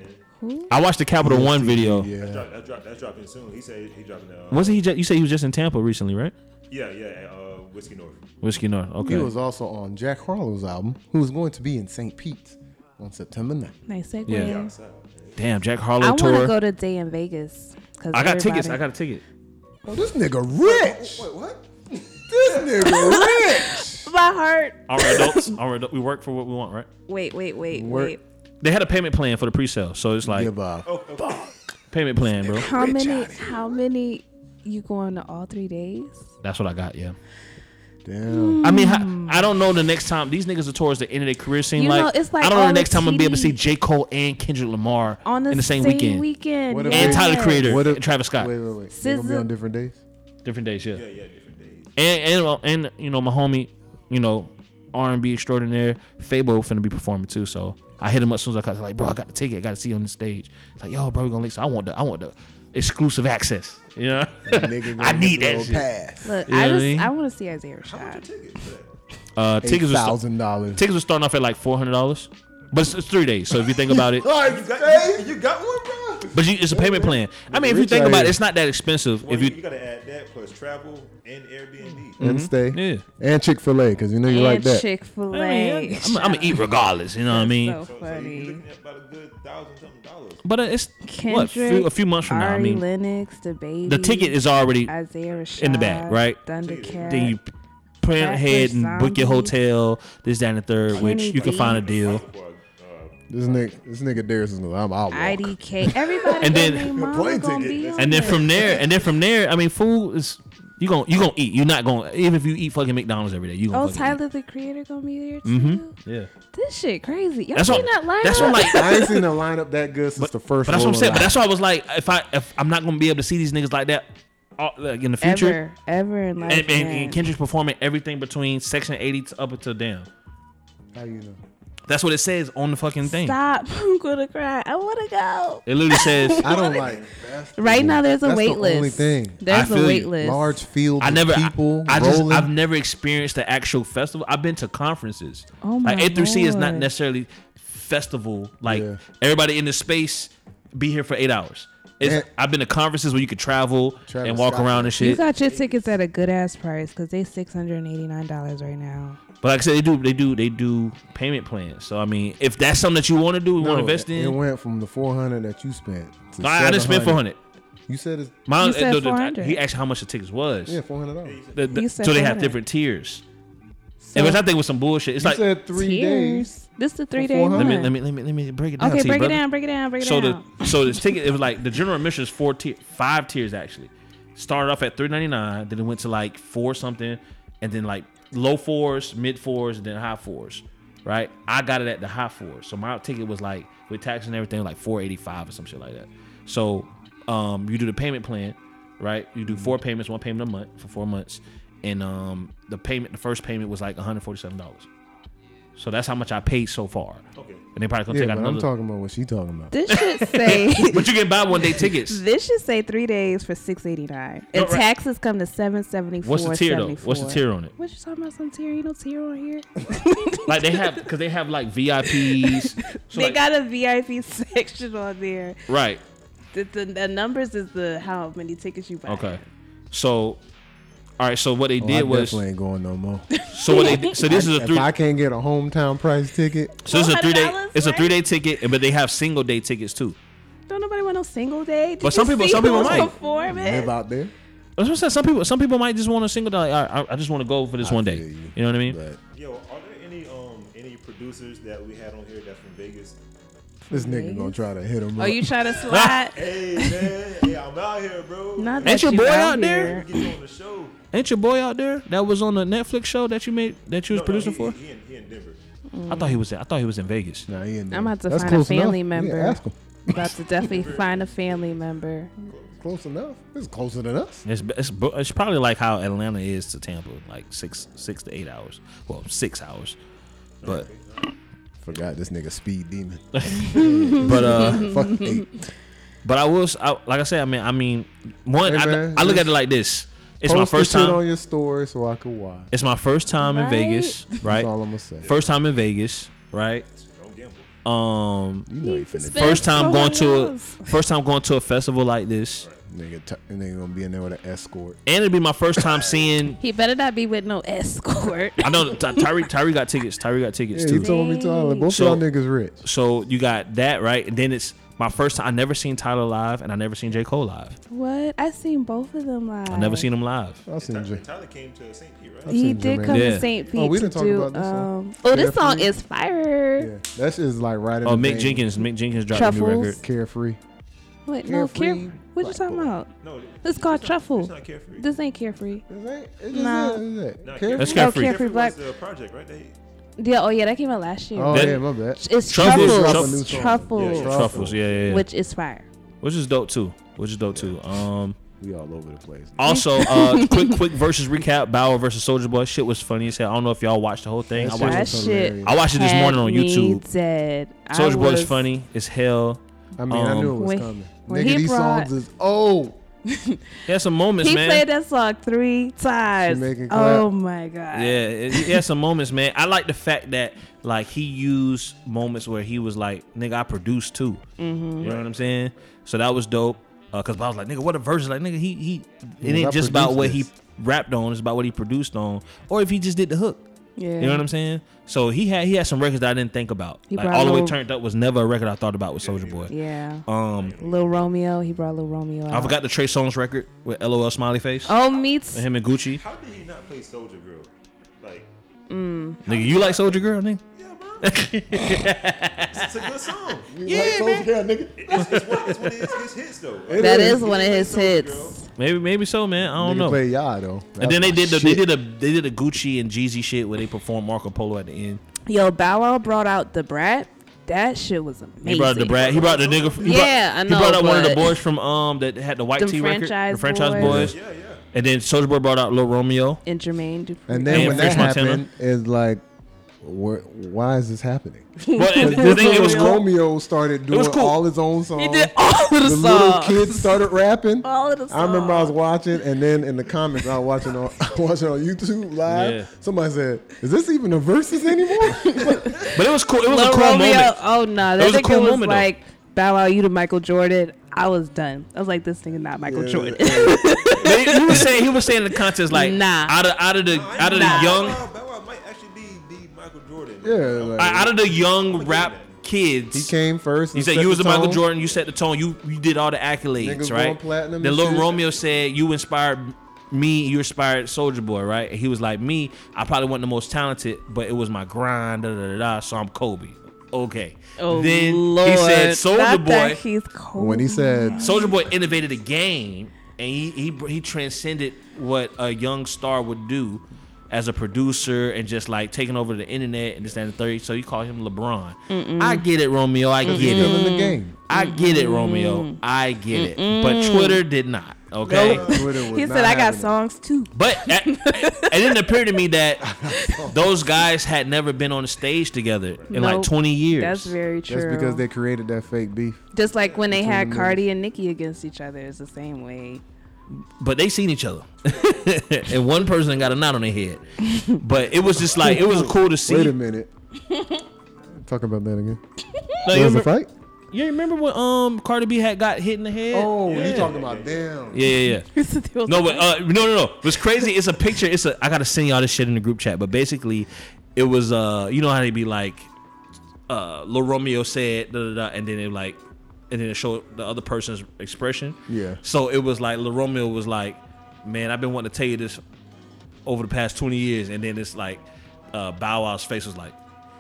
A: I watched the Capital One video.
D: That's,
C: Yeah.
D: drop, that's, drop, that's dropping soon. He said he dropping that. Uh,
A: Wasn't he? Just, you said he was just in Tampa recently, right?
D: yeah, yeah. Uh, Whiskey North.
A: Whiskey North. Okay.
C: He was also on Jack Harlow's album, who's going to be in St. Pete on September 9th.
B: Nice segue.
A: Yeah.
D: Yeah, outside.
A: Damn, Jack
B: I
A: Harlow
B: want
A: tour.
B: to go to Day in Vegas. 'cause
A: I got tickets. I
B: everybody-
A: got a ticket.
C: Oh, this nigga rich. Wait, what? this (laughs) nigga rich.
B: My heart.
A: All right, adults. All right, adult- we work for what we want, right?
B: Wait, wait, wait,
C: Work.
B: wait.
A: They had a payment plan for the pre-sale, so it's like oh.
C: Give up.
A: payment plan,
C: (laughs)
A: bro.
B: How many? How many? You going to all three days?
A: That's what I got. Yeah.
C: Damn.
A: I mean, how- I don't know the next time these niggas are towards the end of their career. Seem
B: You
A: like,
B: know, it's like
A: I don't know
B: all
A: the
B: the
A: next time I'm gonna be able to see
B: TDs.
A: J Cole and Kendrick Lamar
B: On the,
A: in the same, weekend.
B: weekend.
C: What if
A: And
C: Yeah.
A: Tyler the Creator
C: What if-
A: and Travis Scott,
C: Wait, wait, wait. They're gonna be
B: Scissor.
C: on different days.
A: different days, yeah.
D: Yeah, yeah. Different days.
A: And and and you know my homie, you know R and B extraordinaire Fabo finna be performing too. So I hit him up as soon as I got like, bro, I got the ticket, I got to see you on the stage. It's like, yo, bro, we gonna link. So I want the I want the exclusive access. You
C: (laughs)
A: know, (laughs)
C: Nigga
A: I
C: gonna
A: need
C: get
A: that
C: a little
A: shit.
C: Pass.
B: Look,
A: You know
B: I
A: what I
B: just
A: mean?
B: I want to see Isaiah Rashad.
D: Tickets for that.
A: uh,
C: Eight
A: tickets was sta-
C: thousand dollars.
A: tickets was starting off at like four hundred dollars, but it's, it's three days. So if you think
C: (laughs)
A: about it,
D: You got, you, you got one, bro.
A: but you, it's a payment plan. I mean, if you
C: Rich
A: think
C: out
A: about it,
C: here.
A: it's not that expensive.
D: Well,
A: If
D: you,
A: you
D: you gotta add that plus travel and Airbnb.
C: And stay.
A: Mm-hmm. Yeah.
C: And Chick Fil A, because you know you like
B: and
C: that.
B: Chick Fil
A: I mean,
B: A.
A: I'm, I'm gonna eat regardless. You know what I mean?
B: So
D: So, so you- you're
B: funny.
D: looking at about a good thousand something dollars.
A: But uh, it's what
B: Kendrick,
A: few, a few months from
B: Ari
A: now. I mean,
B: Lennox, the baby.
A: the ticket is already.
B: Isaiah Rashad
A: in the bag, right?
B: Thundercat.
A: Then you plan ahead and book your
B: Zombie.
A: hotel, this, that, and the third, which
B: Kenny
A: you can find a
B: Beats.
A: deal.
D: Before I, uh,
C: This nigga, this nigga Darius is. I'm. I'll walk.
B: IDK.
A: And
B: Everybody and
A: then-
B: then
C: Plane
B: gonna
C: ticket.
B: be on
A: And then
B: it.
A: from there, and then from there, I mean, food is you gonna you gonna eat. You're not gonna even if you eat fucking McDonald's every day. You gonna
B: Oh,
A: fucking Mm-hmm.
B: Tyler the Creator gonna be there too.
A: Eat. Yeah,
B: This shit crazy. Y'all
A: that's
B: seen
A: what.
B: that line?
A: That's what like.
C: I ain't seen a lineup that good since
A: But,
C: the first.
A: but that's what I'm
C: Rolling
A: saying. But
C: Loud.
A: that's why I was like, if I if I'm not gonna be able to see these niggas like that, all, like in the future,
B: ever, ever in life.
A: and, and,
B: man.
A: and Kendrick's performing everything between section 80 to up until down.
C: How you know?
A: That's what it says on the fucking thing.
B: Stop! (laughs) I'm gonna cry. I wanna go.
A: It literally says
C: I don't like.
B: Right now, there's a
C: That's
B: wait
C: the
B: list.
C: only thing.
B: There's
A: I
B: a
A: feel
B: wait
A: you.
B: list.
C: Large field.
A: I never, I-
C: People
A: I, just,
C: rolling.
A: I've never experienced the actual festival. I've been to conferences.
B: Oh
A: like
B: my
A: A through C is not
B: Lord.
A: necessarily festival. Like
C: Yeah.
A: everybody in the space be here for eight hours. It's,
C: And-
A: I've been to conferences where you could travel
C: Travis
A: and walk
C: Scott.
A: around and
B: You
A: shit.
B: got your tickets at a good ass price because they six hundred and eighty nine dollars right now.
A: but like I said, they do, they do, they do payment plans. So I mean, if that's something that you want to do, want to
C: No,
A: invest
C: It
A: in.
C: went from the 400 that you spent. To
A: I, I didn't spend four hundred.
C: You said it's
A: My
B: You said
A: the- the-
B: 400.
A: he asked how much the tickets was.
C: yeah, 400. dollars.
A: The- the-
B: You said
A: so they have
B: 400.
A: different tiers. and which I think was some bullshit. It's
C: You
A: like
C: said three
B: Tears.
C: days.
B: This is the three
C: for
B: day.
C: 400.
A: let me
B: one.
A: let me let me let me break it down.
B: Okay,
A: to you,
B: break it
A: brother.
B: down. Break it down. Break it
A: so the
B: down.
A: so this ticket it was like the general admission is four tier, five tiers actually. Started off at three ninety nine, then it went to like four something, and then like low fours, mid fours, and then high fours. Right? I got it at the high fours, so my ticket was like with tax and everything like four eighty five or some shit like that. So um, you do the payment plan, right? You do four payments, one payment a month for four months, and um, the payment, the first payment was like one hundred forty seven dollars. So that's how much I paid so far.
D: Okay.
A: And they probably gonna
C: Yeah,
A: take out
C: but
A: another.
C: I'm talking about what she talking
A: (laughs)
C: about.
B: This should say.
A: but you can buy one day tickets.
B: This should say three days for six eighty nine,
A: No,
B: and
A: right.
B: taxes come to seven seventy four.
A: What's the tier though? What's the tier on it?
B: What you talking about? Some tier? You know tier on here.
A: Like they have because they have like (laughs) VIPs. So
B: they
A: like-
B: got a VIP (laughs) section on there.
A: right.
B: The, the, the numbers is the how many tickets you buy.
A: Okay. So, all right. So what they
C: Oh, I
A: did was
C: definitely ain't going
A: (laughs)
C: no more.
A: so what they did, so this is a
C: if
A: three
C: I can't get a hometown price ticket,
B: (laughs)
A: so this is a three day
B: $400,
A: it's a
B: right?
A: three day ticket and- but they have single day tickets too.
B: Don't nobody want no single day. Did
A: But some
B: you
A: people-
B: see
A: some people
B: who was
A: might.
B: performing?
C: live out there.
A: That's what I said. Some people some people might just want a single day. Like, all right, I, I just want to go for this one day.
C: feel
A: You.
C: you.
A: know what I mean?
C: But
D: Yo, are there any um any producers that we had on here that's from Vegas?
C: this nigga gonna try to hit him.
B: Oh,
C: up.
A: (laughs)
B: you trying to slide?
D: (laughs) Hey man, hey, I'm out here, bro.
B: Not
A: Ain't
B: that
A: your
B: you
A: boy out there?
B: here.
D: Get you on the show.
A: Ain't your boy out there that was on the Netflix show that you made that you was
D: No, no,
A: producing
D: he,
A: for?
D: He, he, in, he in Denver.
A: I thought he was I thought he was in Vegas.
C: Nah, he in there.
B: I'm about to
C: That's
B: find a
C: close enough.
B: family
C: Yeah,
B: member.
C: ask him.
B: About to definitely find a family member.
C: Close enough. It's closer
A: (laughs)
C: than us.
A: It's, it's it's probably like how Atlanta is to Tampa, like six six to eight hours. Well, six hours. But
C: Forgot this nigga speed demon.
A: but uh
C: (laughs)
B: (laughs)
C: Fuck eight.
A: but I will s- I- like I said I mean I mean one
C: Hey,
A: I,
C: man,
A: I look
C: this-
A: at it like this It's my
C: Post the
A: first
C: shit
A: time.
C: on your story so I can watch.
A: It's my first time in
B: Right?
A: Vegas,
C: That's
A: right?
C: all I'm gonna say.
A: First time in Vegas, right?
D: Don't gamble.
A: Um,
C: you know you finna
B: Spend
A: (laughs) first time going to a,
B: $400.
A: first time going to a festival like this,
C: nigga, t- nigga gonna be in there with an escort.
A: and it'd be my first time seeing.
B: He better not be with no escort.
A: I know Ty- Tyree. Tyree got tickets. Tyree got tickets
C: Yeah,
A: too.
C: you told me Tyler. Both
A: So-
C: y'all niggas rich.
A: So you got that right, and then it's my first time. I never seen Tyler live, and I never seen J Cole live.
B: (laughs) what? I seen both of them live.
A: I never seen him live.
C: I seen
D: Tyler,
C: Jay.
D: Tyler came to St. Pete, right?
C: I've
B: He
C: seen
B: did
C: Jermaine.
B: come
A: Yeah.
B: to St. Pete.
C: Oh, we
B: to
C: didn't talk
B: do,
C: about this song.
B: Um, oh, this song
C: Carefree?
B: is fire.
C: Yeah, that shit is like right in
A: Oh,
C: the
A: Mick
C: vein.
A: Jenkins. Mick Jenkins dropped a new
B: Truffles.
A: record.
C: Carefree.
B: Wait, no, care.
C: Carefree
B: What you
C: Black
B: talking
C: Boy.
B: about?
D: No,
B: It's called
D: not-
B: Truffle.
D: It's not carefree.
B: This ain't carefree.
C: This ain't. It just
B: Nah.
C: is, is it?
D: Not
C: Carefree.
A: That's
B: No,
A: Carefree.
B: carefree black.
D: was the project, right? They,
B: Yeah. Oh, yeah. That came out last year.
C: Oh
A: That-
C: yeah, my bad.
B: It's
A: Truffles.
B: truffles.
C: Truffles.
B: Truffles.
D: Yeah, yeah.
A: Truffles. Yeah, yeah, yeah. Which,
B: Which is fire.
A: is dope too. Which is dope too.
B: (laughs)
A: Um.
C: We all over the place.
A: Also, uh, quick, quick versus recap. Bauer versus Soldier Boy. Shit was funny as hell. I don't know if y'all watched the whole thing. I
C: That
B: watch
A: watched.
B: That
C: was
B: shit.
C: hilarious.
A: I watched it this
B: Had
A: morning on
B: me
A: YouTube.
B: Dead. I
A: Soldier Boy is
B: was-
A: funny as hell.
C: I mean, I knew it
A: Um,
C: was
B: when-
C: coming.
B: when
C: Nigga,
B: he
C: these
B: brought-
C: songs is old.
A: He had some moments,
B: He
A: man.
B: played that song three times.
C: Jamaican clap.
B: Oh my god.
A: Yeah, it- he had some moments, man. I like the fact that like he used moments where he was like, "Nigga, I produced too." You know what I'm saying? So that was dope. Uh, Cause I was like, "Nigga, what a verse!" Like, nigga, he he. It
C: Yeah, I
A: ain't just about
C: produced
A: what
C: this.
A: he rapped on; it's about what he produced on, or if he just did the hook.
B: Yeah.
A: You know what I'm saying? So he had he had some records that I didn't think about.
B: He
A: like
B: brought
A: all the way
B: Lil-
A: turned up was never a record I thought about with Soldier Boy.
B: Yeah.
A: Um,
B: Lil Romeo. He brought Lil Romeo. Out.
A: I forgot the Trey Songz record with LOL Smiley Face.
B: Oh, meets.
A: And him and Gucci.
D: how did he not play Soldier Girl? Like,
A: Nigga, you like Soldier Girl, nigga?
D: yeah, bro. it's a good song.
C: oh, Yeah, man. nigga.
D: It's, it's, one, it's one of his, his hits, though.
B: That
C: is.
B: is one of his
D: Soldier
B: hits.
D: Girl.
A: Maybe maybe so, man. I don't
C: Nigga
A: know.
C: play Yah though.
A: And then they did the,
C: That's
A: they
C: my shit.
A: did a they did a Gucci and Jeezy shit where they performed Marco Polo at the end.
B: Yo, Bow Wow brought out the brat. That shit was amazing.
A: He brought the brat. He brought the nigga. He
B: Yeah,
A: brought,
B: I
A: He brought
B: know,
A: out one of the
B: but-
A: boys from um that had the white
B: Them
A: tee record, the
B: franchise
A: franchise boys.
B: boys.
D: Yeah, yeah.
A: And then Soldier Boy brought out Lil
B: (laughs)
A: Romeo.
B: And Jermaine Dupri.
C: And then
A: And
C: when
A: French
C: that
A: Montana.
C: happened, it's like, where, why is this happening?
B: (laughs)
A: But and the
C: This
A: thing, it
C: little
A: was cool.
C: Romeo started doing
A: was cool.
C: all his own songs.
B: he did all of the,
C: the
B: songs.
C: little kids started
B: (laughs)
C: rapping.
B: All of the songs.
C: I remember I was watching, and then in the comments, I was watching on (laughs) watching on YouTube live.
A: Yeah.
C: Somebody said, "Is this even a versus anymore?" (laughs)
A: But it was cool. It was
B: Lil
A: a cool
B: Romeo.
A: moment.
B: Oh no, that
A: It was a
B: nigga
A: cool
B: was
A: moment, though.
B: like Bow Wow, you to Michael Jordan. I was done. I was like, this nigga not Michael
C: Yeah. (laughs)
B: Jordan. (laughs)
A: But he was saying he was saying in the contest like
B: Nah.
A: out of out of the out of the
B: Nah.
A: young
D: Bow Wow- Bow Wow might actually be the Michael Jordan.
C: yeah,
A: uh,
C: like,
A: out of the young rap kids.
C: he came first.
A: He
C: and
A: said
C: set
A: you was the Michael
C: tone.
A: Jordan. You set the tone. You you did all the accolades,
C: Niggas
A: right?
C: going platinum
A: then
C: and
A: Lil
C: shit.
A: Romeo said you inspired me. You inspired Soldier Boy, right? And he was like me. I probably wasn't the most talented, but it was my grind. Da, da, da, da, so I'm Kobe. Okay.
B: oh
A: then
B: Lord.
A: he said Soldier
B: Not that
A: Boy.
B: he's cold.
C: When he said,
A: Soldier Boy innovated the game, and he, he he transcended what a young star would do as a producer and just like taking over the internet and this that, and the third. So you call him LeBron. I get it, Romeo. I get it.
C: "Still in the game."
A: I get it, Romeo. I get it. But Twitter did not. Okay.
C: Twitter was
B: he
C: not
B: said, I got
C: having it.
B: songs too.
A: But
B: (laughs)
A: that, it didn't appear to me that those guys had never been on the stage together in like
B: Nope.
A: 20 years.
B: That's very true.
C: That's because they created that fake beef.
B: Just like when they had
C: them
B: Cardi and Nicki against each other, it's the same way. (laughs)
A: but they seen each other. (laughs) and one person got a knot on their head. But it was just like, it was cool to see.
C: Wait a minute. Talk about that again.
A: Like,
C: There
A: you,
C: was a
A: remember,
C: fight.
A: you remember when um Cardi B had got hit in the head?
C: Oh,
D: Yeah.
C: you talking about damn?
A: Yeah, yeah, yeah. No, but uh, no, no, no. What's crazy? It's a picture. It's a. I gotta send y'all this shit in the group chat. But basically, it was uh, you know how they be like, uh, Lil Romeo said da da da, and then they like, and then it showed the other person's expression.
C: Yeah.
A: So it was like Lil Romeo was like, man, I've been wanting to tell you this over the past twenty years, and then it's like, uh, Bow Wow's face was like.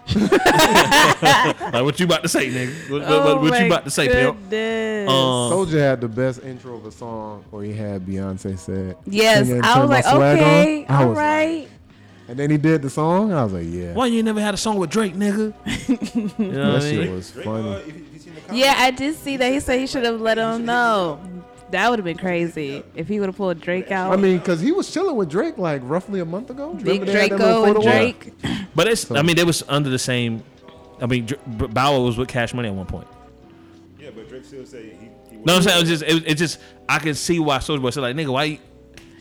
A: (laughs) like what you about to say, nigga? What, what- what- what you about to say, pimp?
B: Oh goodness.
A: Um,
C: Soldier had the best intro of a song, or he had Beyonce said.
B: Yes,
C: "Singing,
B: I
C: Turn
B: was
C: My
B: like,
C: Swag On."
B: okay,
C: I
B: all
C: was like-
B: right.
C: and then he did the song. I was like, yeah,
A: Why you ain't never had a song with Drake, nigga? (laughs) You know
C: that
A: what I
C: shit
A: mean?
C: was
D: Drake,
C: funny.
D: uh, if you- if you seen the comments,
B: Yeah, I did see that. He said he should have let him know. That would have been crazy if he would have pulled Drake out.
C: I mean, because he was chilling with Drake like roughly a month ago.
B: Big
C: Remember they had
B: Draco
C: that little
B: and
C: photo op?
B: Drake.
A: But it's, I mean, they was under the same. I mean, Dr- B- Bauer was with Cash Money at one point.
D: Yeah, but Drake still say he. he
A: No, I'm saying it was just, it, it just, I could see why Soulja Boy said like, nigga, why? You,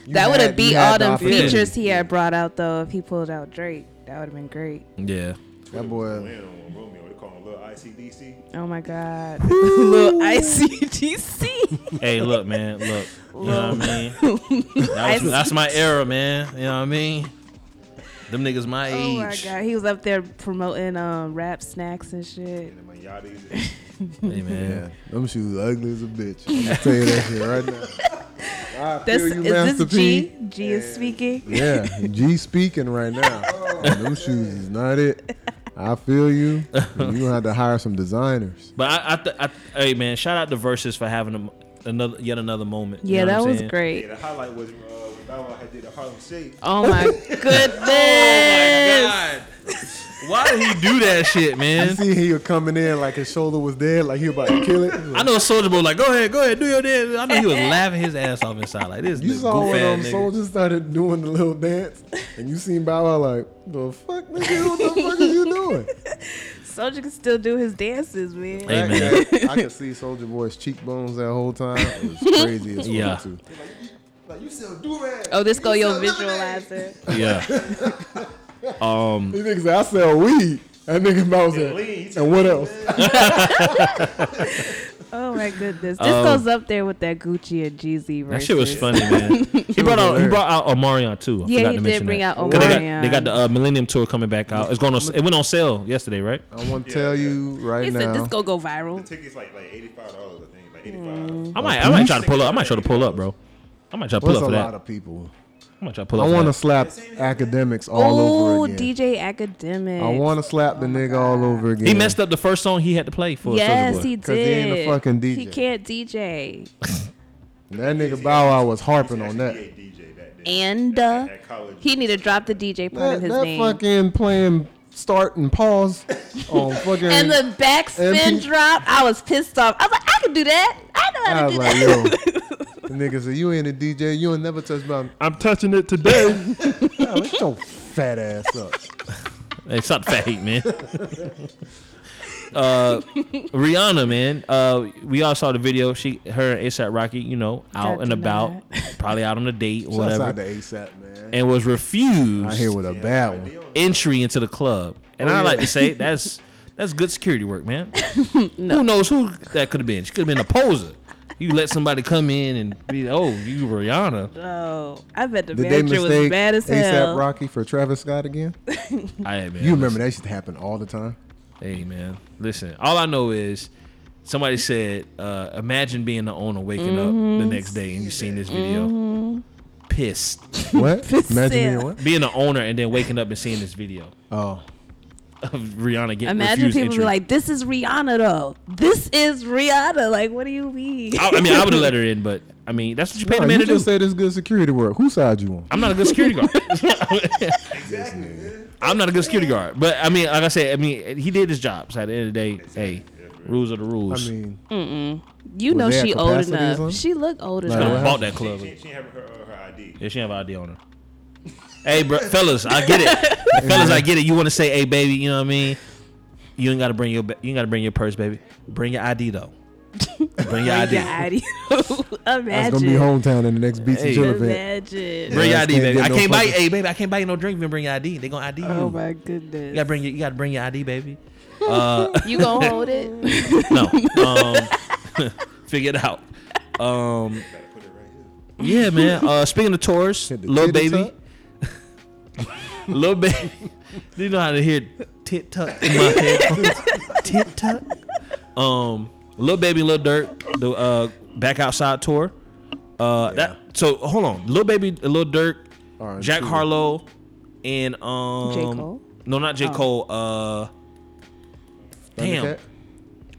C: You
B: that would
C: had-
B: have beat
C: you had
B: all
C: the
B: them
C: opportunity.
B: features he had brought out though. If he pulled out Drake, that would have been great.
A: Yeah.
C: That boy,
D: Land on Romeo. They call him Little ICDC.
B: Oh my God, (laughs) little
C: (laughs)
B: ICGC,
A: Hey, look, man. Look. You know what I mean? (laughs) That was, that's my era, man. You know what I mean? Them niggas my
B: Oh my
A: age.
B: God, he was up there promoting um, rap snacks and shit.
D: And then my Yachty's.
A: Hey, man.
C: yeah, them shoes ugly as a bitch. I'm gonna tell you that shit
B: (laughs)
C: right now. I
B: That's
C: feel you,
B: is
C: Master
B: this G?
C: P.
B: G is speaking.
C: Yeah, G speaking
B: (laughs)
C: right now. them shoes is not it. I feel you. You gonna have to hire some designers.
A: But I, I, th- I, hey, man, shout out to Versus for having a, another, yet another moment. You
B: Yeah,
A: know
B: that
A: what I'm
B: was
A: saying?
D: yeah,
B: great.
D: the highlight was uh, when Bow Wow had did the Harlem Shake.
B: Oh (laughs) my
C: (laughs)
B: goodness.
A: Why did he do that shit,
C: You
A: man?
C: see, he was coming in like his shoulder was dead, like he about to kill it.
A: I know Soldier Boy like, go ahead, go ahead, do your dance. I know
B: (laughs)
A: he was laughing his ass off inside like this.
C: You
A: nigga
C: saw
A: goof
C: when um,
A: ass nigga.
C: soldiers started doing the little dance, and you seen Bow Wow like, the fuck, nigga, what the fuck are you doing?
B: Soldier can still do his dances, man.
A: Hey, man.
C: That- that- I could see Soldier Boy's cheekbones that whole time. It was
B: (laughs)
C: crazy as fuck
A: Yeah.
C: too.
D: Like you still do that.
B: Oh, this go your visualizer.
C: (laughs)
A: Yeah. Um.
C: These niggas said, I sell weed. That nigga Bow Wow said,
D: Lean, he took
C: and what else?
B: Oh my goodness. This goes up there with that Gucci and Jeezy.
A: That shit was
B: versus.
A: funny,
B: (laughs)
A: man. He brought out he brought out Omarion too. I
B: Yeah,
A: forgot
B: he
A: to
B: did
A: mention
B: bring
A: that.
B: out
A: 'Cause They got,
B: Omarion.
A: they got the uh, Millennium Tour coming back out. It's going on. It went on sale yesterday, right?
C: I want to tell you right
B: He
C: now.
B: said this go go
D: The
B: viral.
D: tickets like like eighty five dollars, I think, like eighty five.
B: Mm.
A: I might I might try to pull up. I might try to pull up, bro. I might try to pull
C: Plus
A: up
C: Oh, a
A: for
C: lot
A: that.
C: of people.
A: I might try to pull
C: I
A: up.
C: want
A: want
C: to slap academics all
B: Oh,
C: over again.
B: DJ Academic.
C: I want to slap
B: Oh
C: the nigga all over again.
A: He messed up the first song he had to play for.
B: Yes,
A: Soulja Boy.
B: he
C: 'Cause
B: did.
C: he ain't a fucking
B: He
C: DJ.
B: can't DJ.
C: That nigga Bow Wow was harping on
D: He
C: that.
D: a DJ that day.
B: And uh,
D: At college.
B: he need to drop the DJ part
C: That,
B: of his
C: that
B: name.
C: fucking playing start and pause
B: (laughs)
C: on fucking.
B: and the backspin
C: MP.
B: drop, I was pissed off. I was like, I could do that. I know how
C: I
B: to
C: was
B: do
C: like, yo.
B: that.
C: The nigga said, you ain't a DJ. You ain't never
B: (laughs)
C: touch button. I'm touching it today. nah, let your fat ass up.
A: Hey, stop the fat hate, man. uh, Rihanna, man. Uh, we all saw the video. She, her, and ASAP Rocky, you know, out
B: Got
A: and about,
B: tonight.
A: probably out on a date or
C: That's
A: whatever,
C: not the ASAP, man.
A: and was
C: I
A: refused
C: here with a bad one.
A: entry into the club. And I
C: yeah.
A: like to say that's that's good security work, man. Who knows who that could have been? She could have been a poser. You let somebody come in and be, oh, you Rihanna.
B: (laughs) Oh, I bet the
C: Did they
B: manager was
C: mistake
B: bad as hell.
C: ASAP Rocky for Travis Scott again?
A: I man.
C: You remember that should happen all
B: (laughs)
C: the time.
A: Hey man, listen. All I know is somebody said, uh, "Imagine being the owner, waking up
B: Mm-hmm.
A: the next day, and you seen this video, pissed.
C: What? Imagine being what?
A: Being the owner and then waking up and seeing this video
C: Oh,
A: of Rihanna getting
B: Imagine
A: refused
B: people
A: entry.
B: be like, "This is Rihanna, though. This is Rihanna." Like, what do you mean?
A: I, I mean, I would have let her in, but I mean, that's what you paid the
C: Nah,
A: man
C: Oh,
A: to
C: you
A: do.
C: just said it's good security work. Whose side you on?
A: I'm not a good security guard.
C: (laughs)
A: I'm not a good security guard, but I mean, like I said, I mean, he did his job. So at the end of the day, hey, rules are the
C: I
A: rules.
C: mean,
B: you
C: Was
B: know
C: they at
B: she old
C: capacity or
B: enough.
C: something?
B: She look old
C: Nah,
A: I
C: what
B: enough.
A: bought that club.
D: She, she, she have her, uh, her, her ID.
A: Yeah, she have an ID on her. hey, bro, fellas, I get it. fellas, I get it. You want to say, "Hey, baby," you know what I mean? You ain't got to bring your ba- you ain't got to bring your purse, baby. Bring your ID though. Bring your ID.
B: Yeah, (laughs) I do.
C: that's gonna be
B: Imagine.
C: hometown in the next beach
A: Hey.
C: and chill event.
B: Imagine.
A: Bring your
C: Yeah,
A: ID,
C: can't
A: baby.
C: get
A: I
C: no
A: can't buy.
C: fucking-
A: Hey, baby, I can't buy you no drink if you don't bring your ID. They gonna ID you.
B: Oh my
A: you gotta
B: goodness.
A: bring your, you gotta bring your ID, baby.
B: You gonna hold it?
A: No. Um, (laughs) figure it out. Um,
D: Gotta put it right here.
A: yeah, man. Uh, speaking of tours,
C: Hit the
A: little
C: titties
A: baby,
C: up.
A: (laughs) little baby. Do you know how to hear tit tuck in my
C: (laughs)
A: head? tit tuck. Um, little baby, little dirt. The uh, back outside tour. Uh, that. So hold on, little baby, little dirt.
C: All right,
A: Jack
C: cool.
A: Harlow, and um,
B: J. Cole? Oh.
A: No, not J Cole. Uh, damn.
C: Thundercat?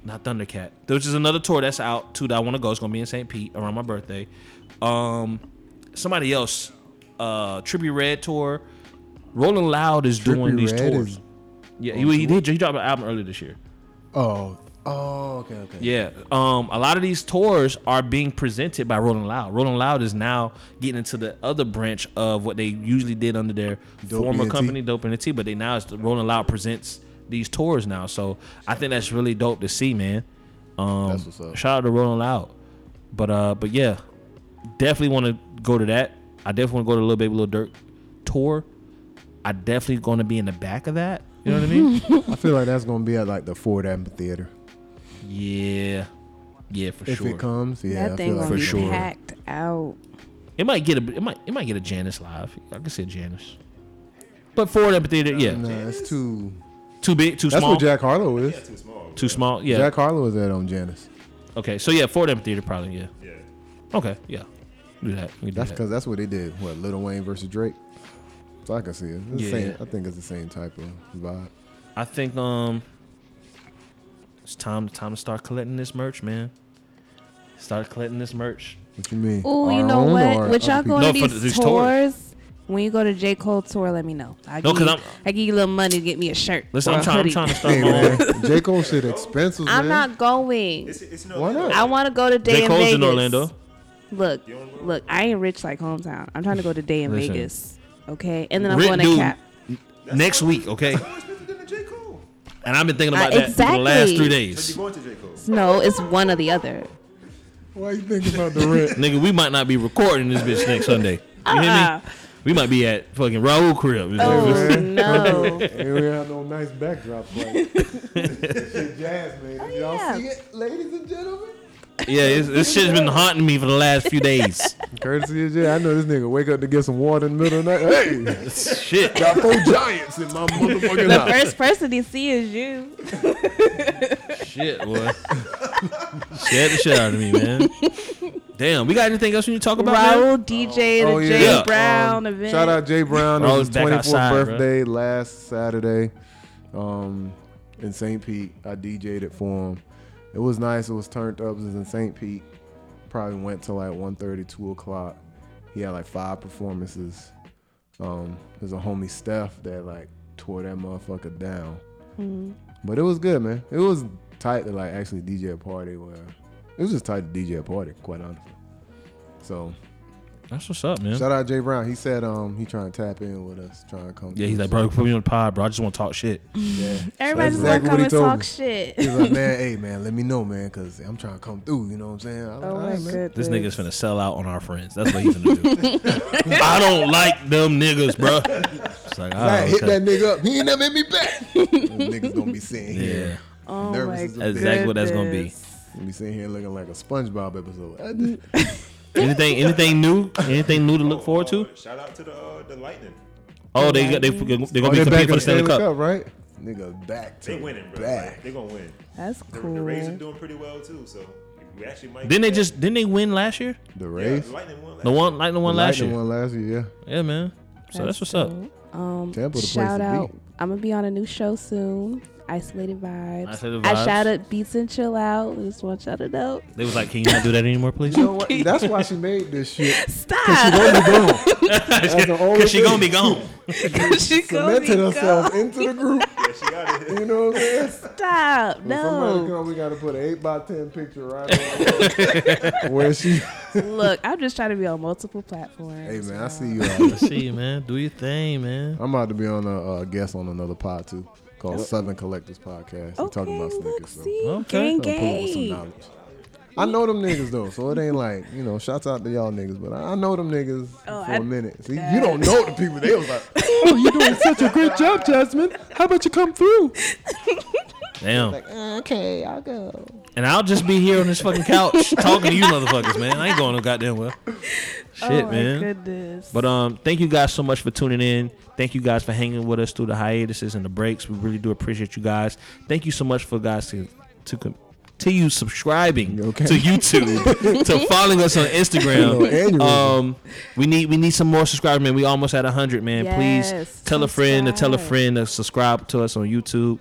A: not Thundercat. Which is another tour that's out too that I want to go. It's gonna be in St. Pete around my birthday. Um, somebody else, uh, Trippy Red tour. Rolling Loud is doing
C: Trippie
A: these
C: Redd
A: tours.
C: is-
A: yeah, he, he did. He dropped an album earlier this year.
C: Oh, oh, okay, okay.
A: Yeah. Um, a lot of these tours are being presented by Rolling Loud. Rolling Loud is now getting into the other branch of what they usually did under their
C: Dope
A: former
C: E&T.
A: company, Dope and the T, but they now it's the Rolling Loud presents these tours now. So I think that's really dope to see, man. Um,
C: That's what's up.
A: Shout out to Rolling Loud. But uh, but yeah, definitely want to go to that. I definitely want to go to Little Baby Little Dirt tour. I definitely going to be in the back of that. You know what I
C: (laughs)
A: mean?
C: I feel like that's gonna be at like the Ford Amphitheater
A: Yeah, yeah, for
C: if
A: sure.
C: it comes. Yeah,
B: that
C: I feel
B: thing
C: like
B: gonna
A: For
B: be
C: it's
A: sure.
B: packed out.
A: It might get a it might it might get a Janice live. I can see a Janice. But Ford Amphitheater, yeah,
C: Nah, that's too.
A: too big, too
C: That's
A: small,
C: what Jack Harlow is.
D: Too small.
A: too small. Yeah,
C: Jack Harlow is at on Janice.
A: okay. So yeah, Ford Amphitheater probably. Yeah,
D: Yeah.
A: okay, yeah. Do that. We can do
C: That's
A: that.
C: because that's what they did. What Little Wayne versus Drake. So I can see it. It's the
A: Yeah.
C: same, I think it's the same type of vibe.
A: I think um, it's time time to start collecting this merch, man. Start collecting this merch.
C: What you mean?
B: Oh, you
C: Our
B: know
C: own
B: what?
C: or
B: With y'all
C: other
B: going
A: No,
B: to
A: for
B: these,
A: th- these tours.
B: tours, when you go to J Cole tour, let me know. I
A: No,
B: give
A: 'cause
B: you,
A: I'm-
B: I give you a little money to get me a shirt.
A: Listen,
B: or
A: I'm
B: a
A: trying. I'm
B: hoodie.
A: trying
B: (laughs)
A: to start
C: Hey
A: my own. (laughs)
C: man, J Cole shit expensive.
B: I'm
C: man.
B: not going.
D: It's, it's no.
C: Why not?
B: I want to go to Day
A: J
B: in
A: Cole's
B: Vegas.
A: in Orlando.
B: Look,
D: You don't know?
B: look, I ain't rich like hometown. I'm trying to go to Day in
A: Listen.
B: Vegas. Okay, and then I'm
A: Rick
B: going to
A: dude.
B: Cap.
A: (laughs) Next week, okay?
D: How much better than J. Cole?
A: And I've been thinking about
B: Uh,
A: that for the last
B: exactly.
A: three
D: So you
A: days.
D: going to J. Cole?
B: No, it's one or the other.
C: Why you thinking about
B: (laughs)
C: the rent?
A: Nigga, we might not be recording this bitch next Sunday. You hear
B: Uh-uh.
A: me? We might be at fucking Raul crib.
B: Oh
C: Yeah.
A: (laughs)
B: no.
C: and we have no nice backdrop
B: (laughs)
C: like jazz, man.
B: Oh, Y'all yeah. see
C: it, ladies and gentlemen?
A: Yeah, it's, this shit's been haunting me for the last few
B: (laughs)
A: days.
C: Courtesy of Jay, I know this nigga wake up to get some water in the middle of the night. Hey,
A: Shit.
C: got four giants in my motherfucking
B: The
C: house.
B: first person to see is you.
A: Shit, boy. Scared the shit out of me,
B: (laughs)
A: man. Damn, we got anything else we need to talk about? man?
B: Raul, DJ, the
C: Oh, yeah.
B: Jay
A: Yeah.
B: Brown
C: Um,
B: event.
C: Shout out Jay Brown. It
A: Bro,
C: was
A: it's
C: his
A: back
C: 24th
A: outside, bro.
C: birthday last Saturday um, in St. Pete. I DJ'd it for him. It was nice. It was turned up. It was in St. Pete. Probably went till like 1.30, 2 o'clock. He had like five performances. Um, there's a homie Steph that like tore that motherfucker down.
B: Mm-hmm.
C: But it was good, man. It was tight to like actually DJ a party where it was just tight to DJ a party, quite honestly. So
A: That's what's up, man.
C: Shout out Jay Brown. He said um he trying to tap in with us, trying to come.
A: Yeah,
C: through.
A: he's like, bro, put me on the pod, bro. I just want to talk shit.
C: Yeah.
B: Everybody just
C: That's
B: want
C: exactly
B: to
C: what
B: come
C: he
B: and
C: told
B: talk
C: me.
B: shit.
C: He's like, man, hey man, let me know, man, cause I'm trying to come through. You know what I'm saying? I'm
B: (laughs)
C: like,
B: Oh
C: "All
B: my
C: right, man."
B: goodness.
A: This nigga's finna sell out on our friends. That's what he's finna do. I don't like them niggas, bro. It's like,
C: All right,
A: oh,
C: hit
A: okay.
C: that nigga up. He ain't never hit me
B: (laughs)
C: back. Those niggas gonna be sitting
A: Yeah.
C: here.
B: Oh
C: Nervous
B: my
C: as a bitch.
B: goodness.
A: Exactly what that's gonna be.
C: Gonna be sitting here looking like a SpongeBob episode. I did-
A: Anything, anything new? Anything new to look forward to?
D: Uh, shout out to the uh, the Lightning.
A: Oh, they got they they're gonna
C: Oh,
A: be
C: they back
A: competing
C: in
A: for the Stanley Cup.
C: right? Nigga back to
D: They winning, bro.
C: back.
D: Like, they gonna win.
B: That's
D: The,
B: cool.
D: the Rays are doing pretty well too, so we actually might.
A: Didn't they just didn't they win last year?
C: The
D: Yeah,
C: Rays.
D: the Lightning won.
A: The one like the one last
C: Lightning
A: year.
C: won last year.
B: (laughs)
C: Yeah.
A: Yeah, man. So that's, what's up.
B: dope. Um,
C: Tampa the place
B: shout
C: to
B: out.
C: be.
B: I'm gonna be on a new show soon. Isolated vibes.
A: Isolated Vibes.
B: I shouted beats and chill out. Just want y'all to
C: (laughs)
B: know.
A: They was like, can you not do that anymore, please?
C: You know what? That's why she made
A: (laughs)
C: this shit.
B: Stop. (laughs)
C: Gonna be gone. That's the only
A: Cause she gonna
C: thing.
A: be
C: (laughs)
A: gone.
B: she gonna be
C: cemented herself
B: gone.
C: into the group.
D: Yeah, she got it.
C: You know what
B: (laughs)
C: I'm saying?
B: Stop.
C: When
B: No.
C: somebody come, we gotta put an eight by ten picture right (laughs) on where she.
B: Look, I'm just trying to be on multiple
C: Hey
B: platforms.
C: man, I
B: y'all.
C: see you. Out.
A: See, man, do your thing, man.
C: I'm about to be on a uh, guest on another pod too, called Southern Collectors Podcast.
B: Oh.
C: We're
B: Okay,
C: talking about
B: look,
C: sneakers. So.
B: see,
A: Okay.
B: okay. gang,
C: Gonna pull up with some
B: gang.
C: knowledge. I know them niggas though, so it ain't like you know. Shouts out to y'all niggas, but I I know them niggas
B: Oh,
C: for a
B: I-
C: minute. See,
B: that-
C: you don't know the people.
B: (laughs)
C: They was like, "Oh, you doing such a great job, Jasmine. How about you come through?"
A: Damn.
C: "Uh, Okay, I'll go.
A: And I'll just be here on this fucking
C: (laughs)
A: couch talking to you motherfuckers, man. I ain't going no goddamn well. Shit,
B: oh my
A: man.
B: goodness.
A: But um, thank you guys so much for tuning in. Thank you guys for hanging with us through the hiatuses and the breaks. We really do appreciate you guys. Thank you so much for guys to to continue subscribing
C: You okay?
A: to
C: (laughs)
A: YouTube, to following us on
C: Hello,
A: Instagram.
C: aneurysm.
A: Um, we need we need some more subscribers, man. We almost at hundred, man. Please
B: Yes,
A: tell a friend to tell a
B: subscribe.
A: friend to subscribe to us on YouTube.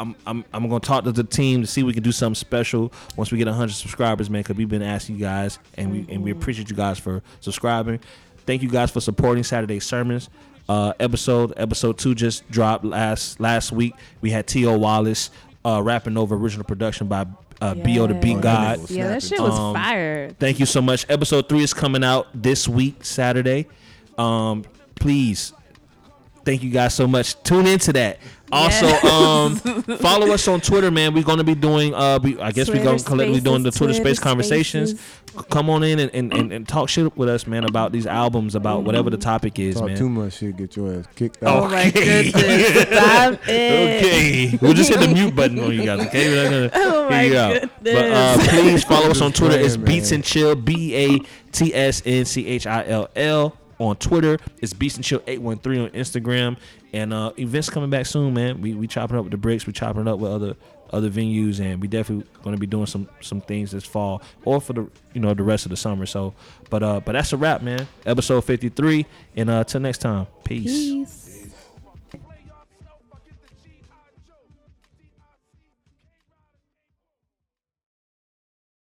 A: I'm, I'm, I'm gonna talk to the team to see if we can do something special once we get 100 subscribers, man. Because we've been asking you guys, and we and we appreciate you guys for subscribing. Thank you guys for supporting Saturday sermons. Uh, episode episode two just dropped last last week. We had T.O. Wallace uh, rapping over original production by uh, B.O. the Beat
B: Yes.
A: God.
B: Yeah, Oh, that shit
C: Snapping.
B: was
A: Um,
B: (laughs) fire.
A: Thank you so much. Episode three is coming out this week, Saturday. Um, please Thank you guys so much. Tune into that. Also,
B: (laughs) Yes.
A: um, follow us on Twitter, man. We're gonna be doing. Uh, we, I guess we're
B: Twitter
A: gonna collectively doing the Twitter
B: Spaces, Twitter
A: space conversations.
B: Spaces.
A: C- Come on in and, and, and, and talk shit with us, man, about these albums, about whatever the topic is,
C: Talk
A: man.
C: too much shit, get your ass kicked
B: Oh
C: out.
B: my goodness.
A: (laughs)
B: Stop it.
A: Okay, we'll just hit the mute button on you guys. Okay, we're not gonna
B: (laughs) Oh my
A: hear you out. But uh,
B: goodness.
A: please follow us on
C: Just
A: Twitter. It's
C: praying,
A: Beats
C: man.
A: and Chill B A T S N C H I L L on Twitter. It's Beats and Chill eight one three on Instagram. And uh, events coming back soon, man. We we chopping up with the bricks. We chopping it up with other other venues, and we definitely going to be doing some some things this fall or for the you know the rest of the summer. So, but uh, but that's a wrap, man. Episode fifty three, and uh, till next time, peace.
B: Peace.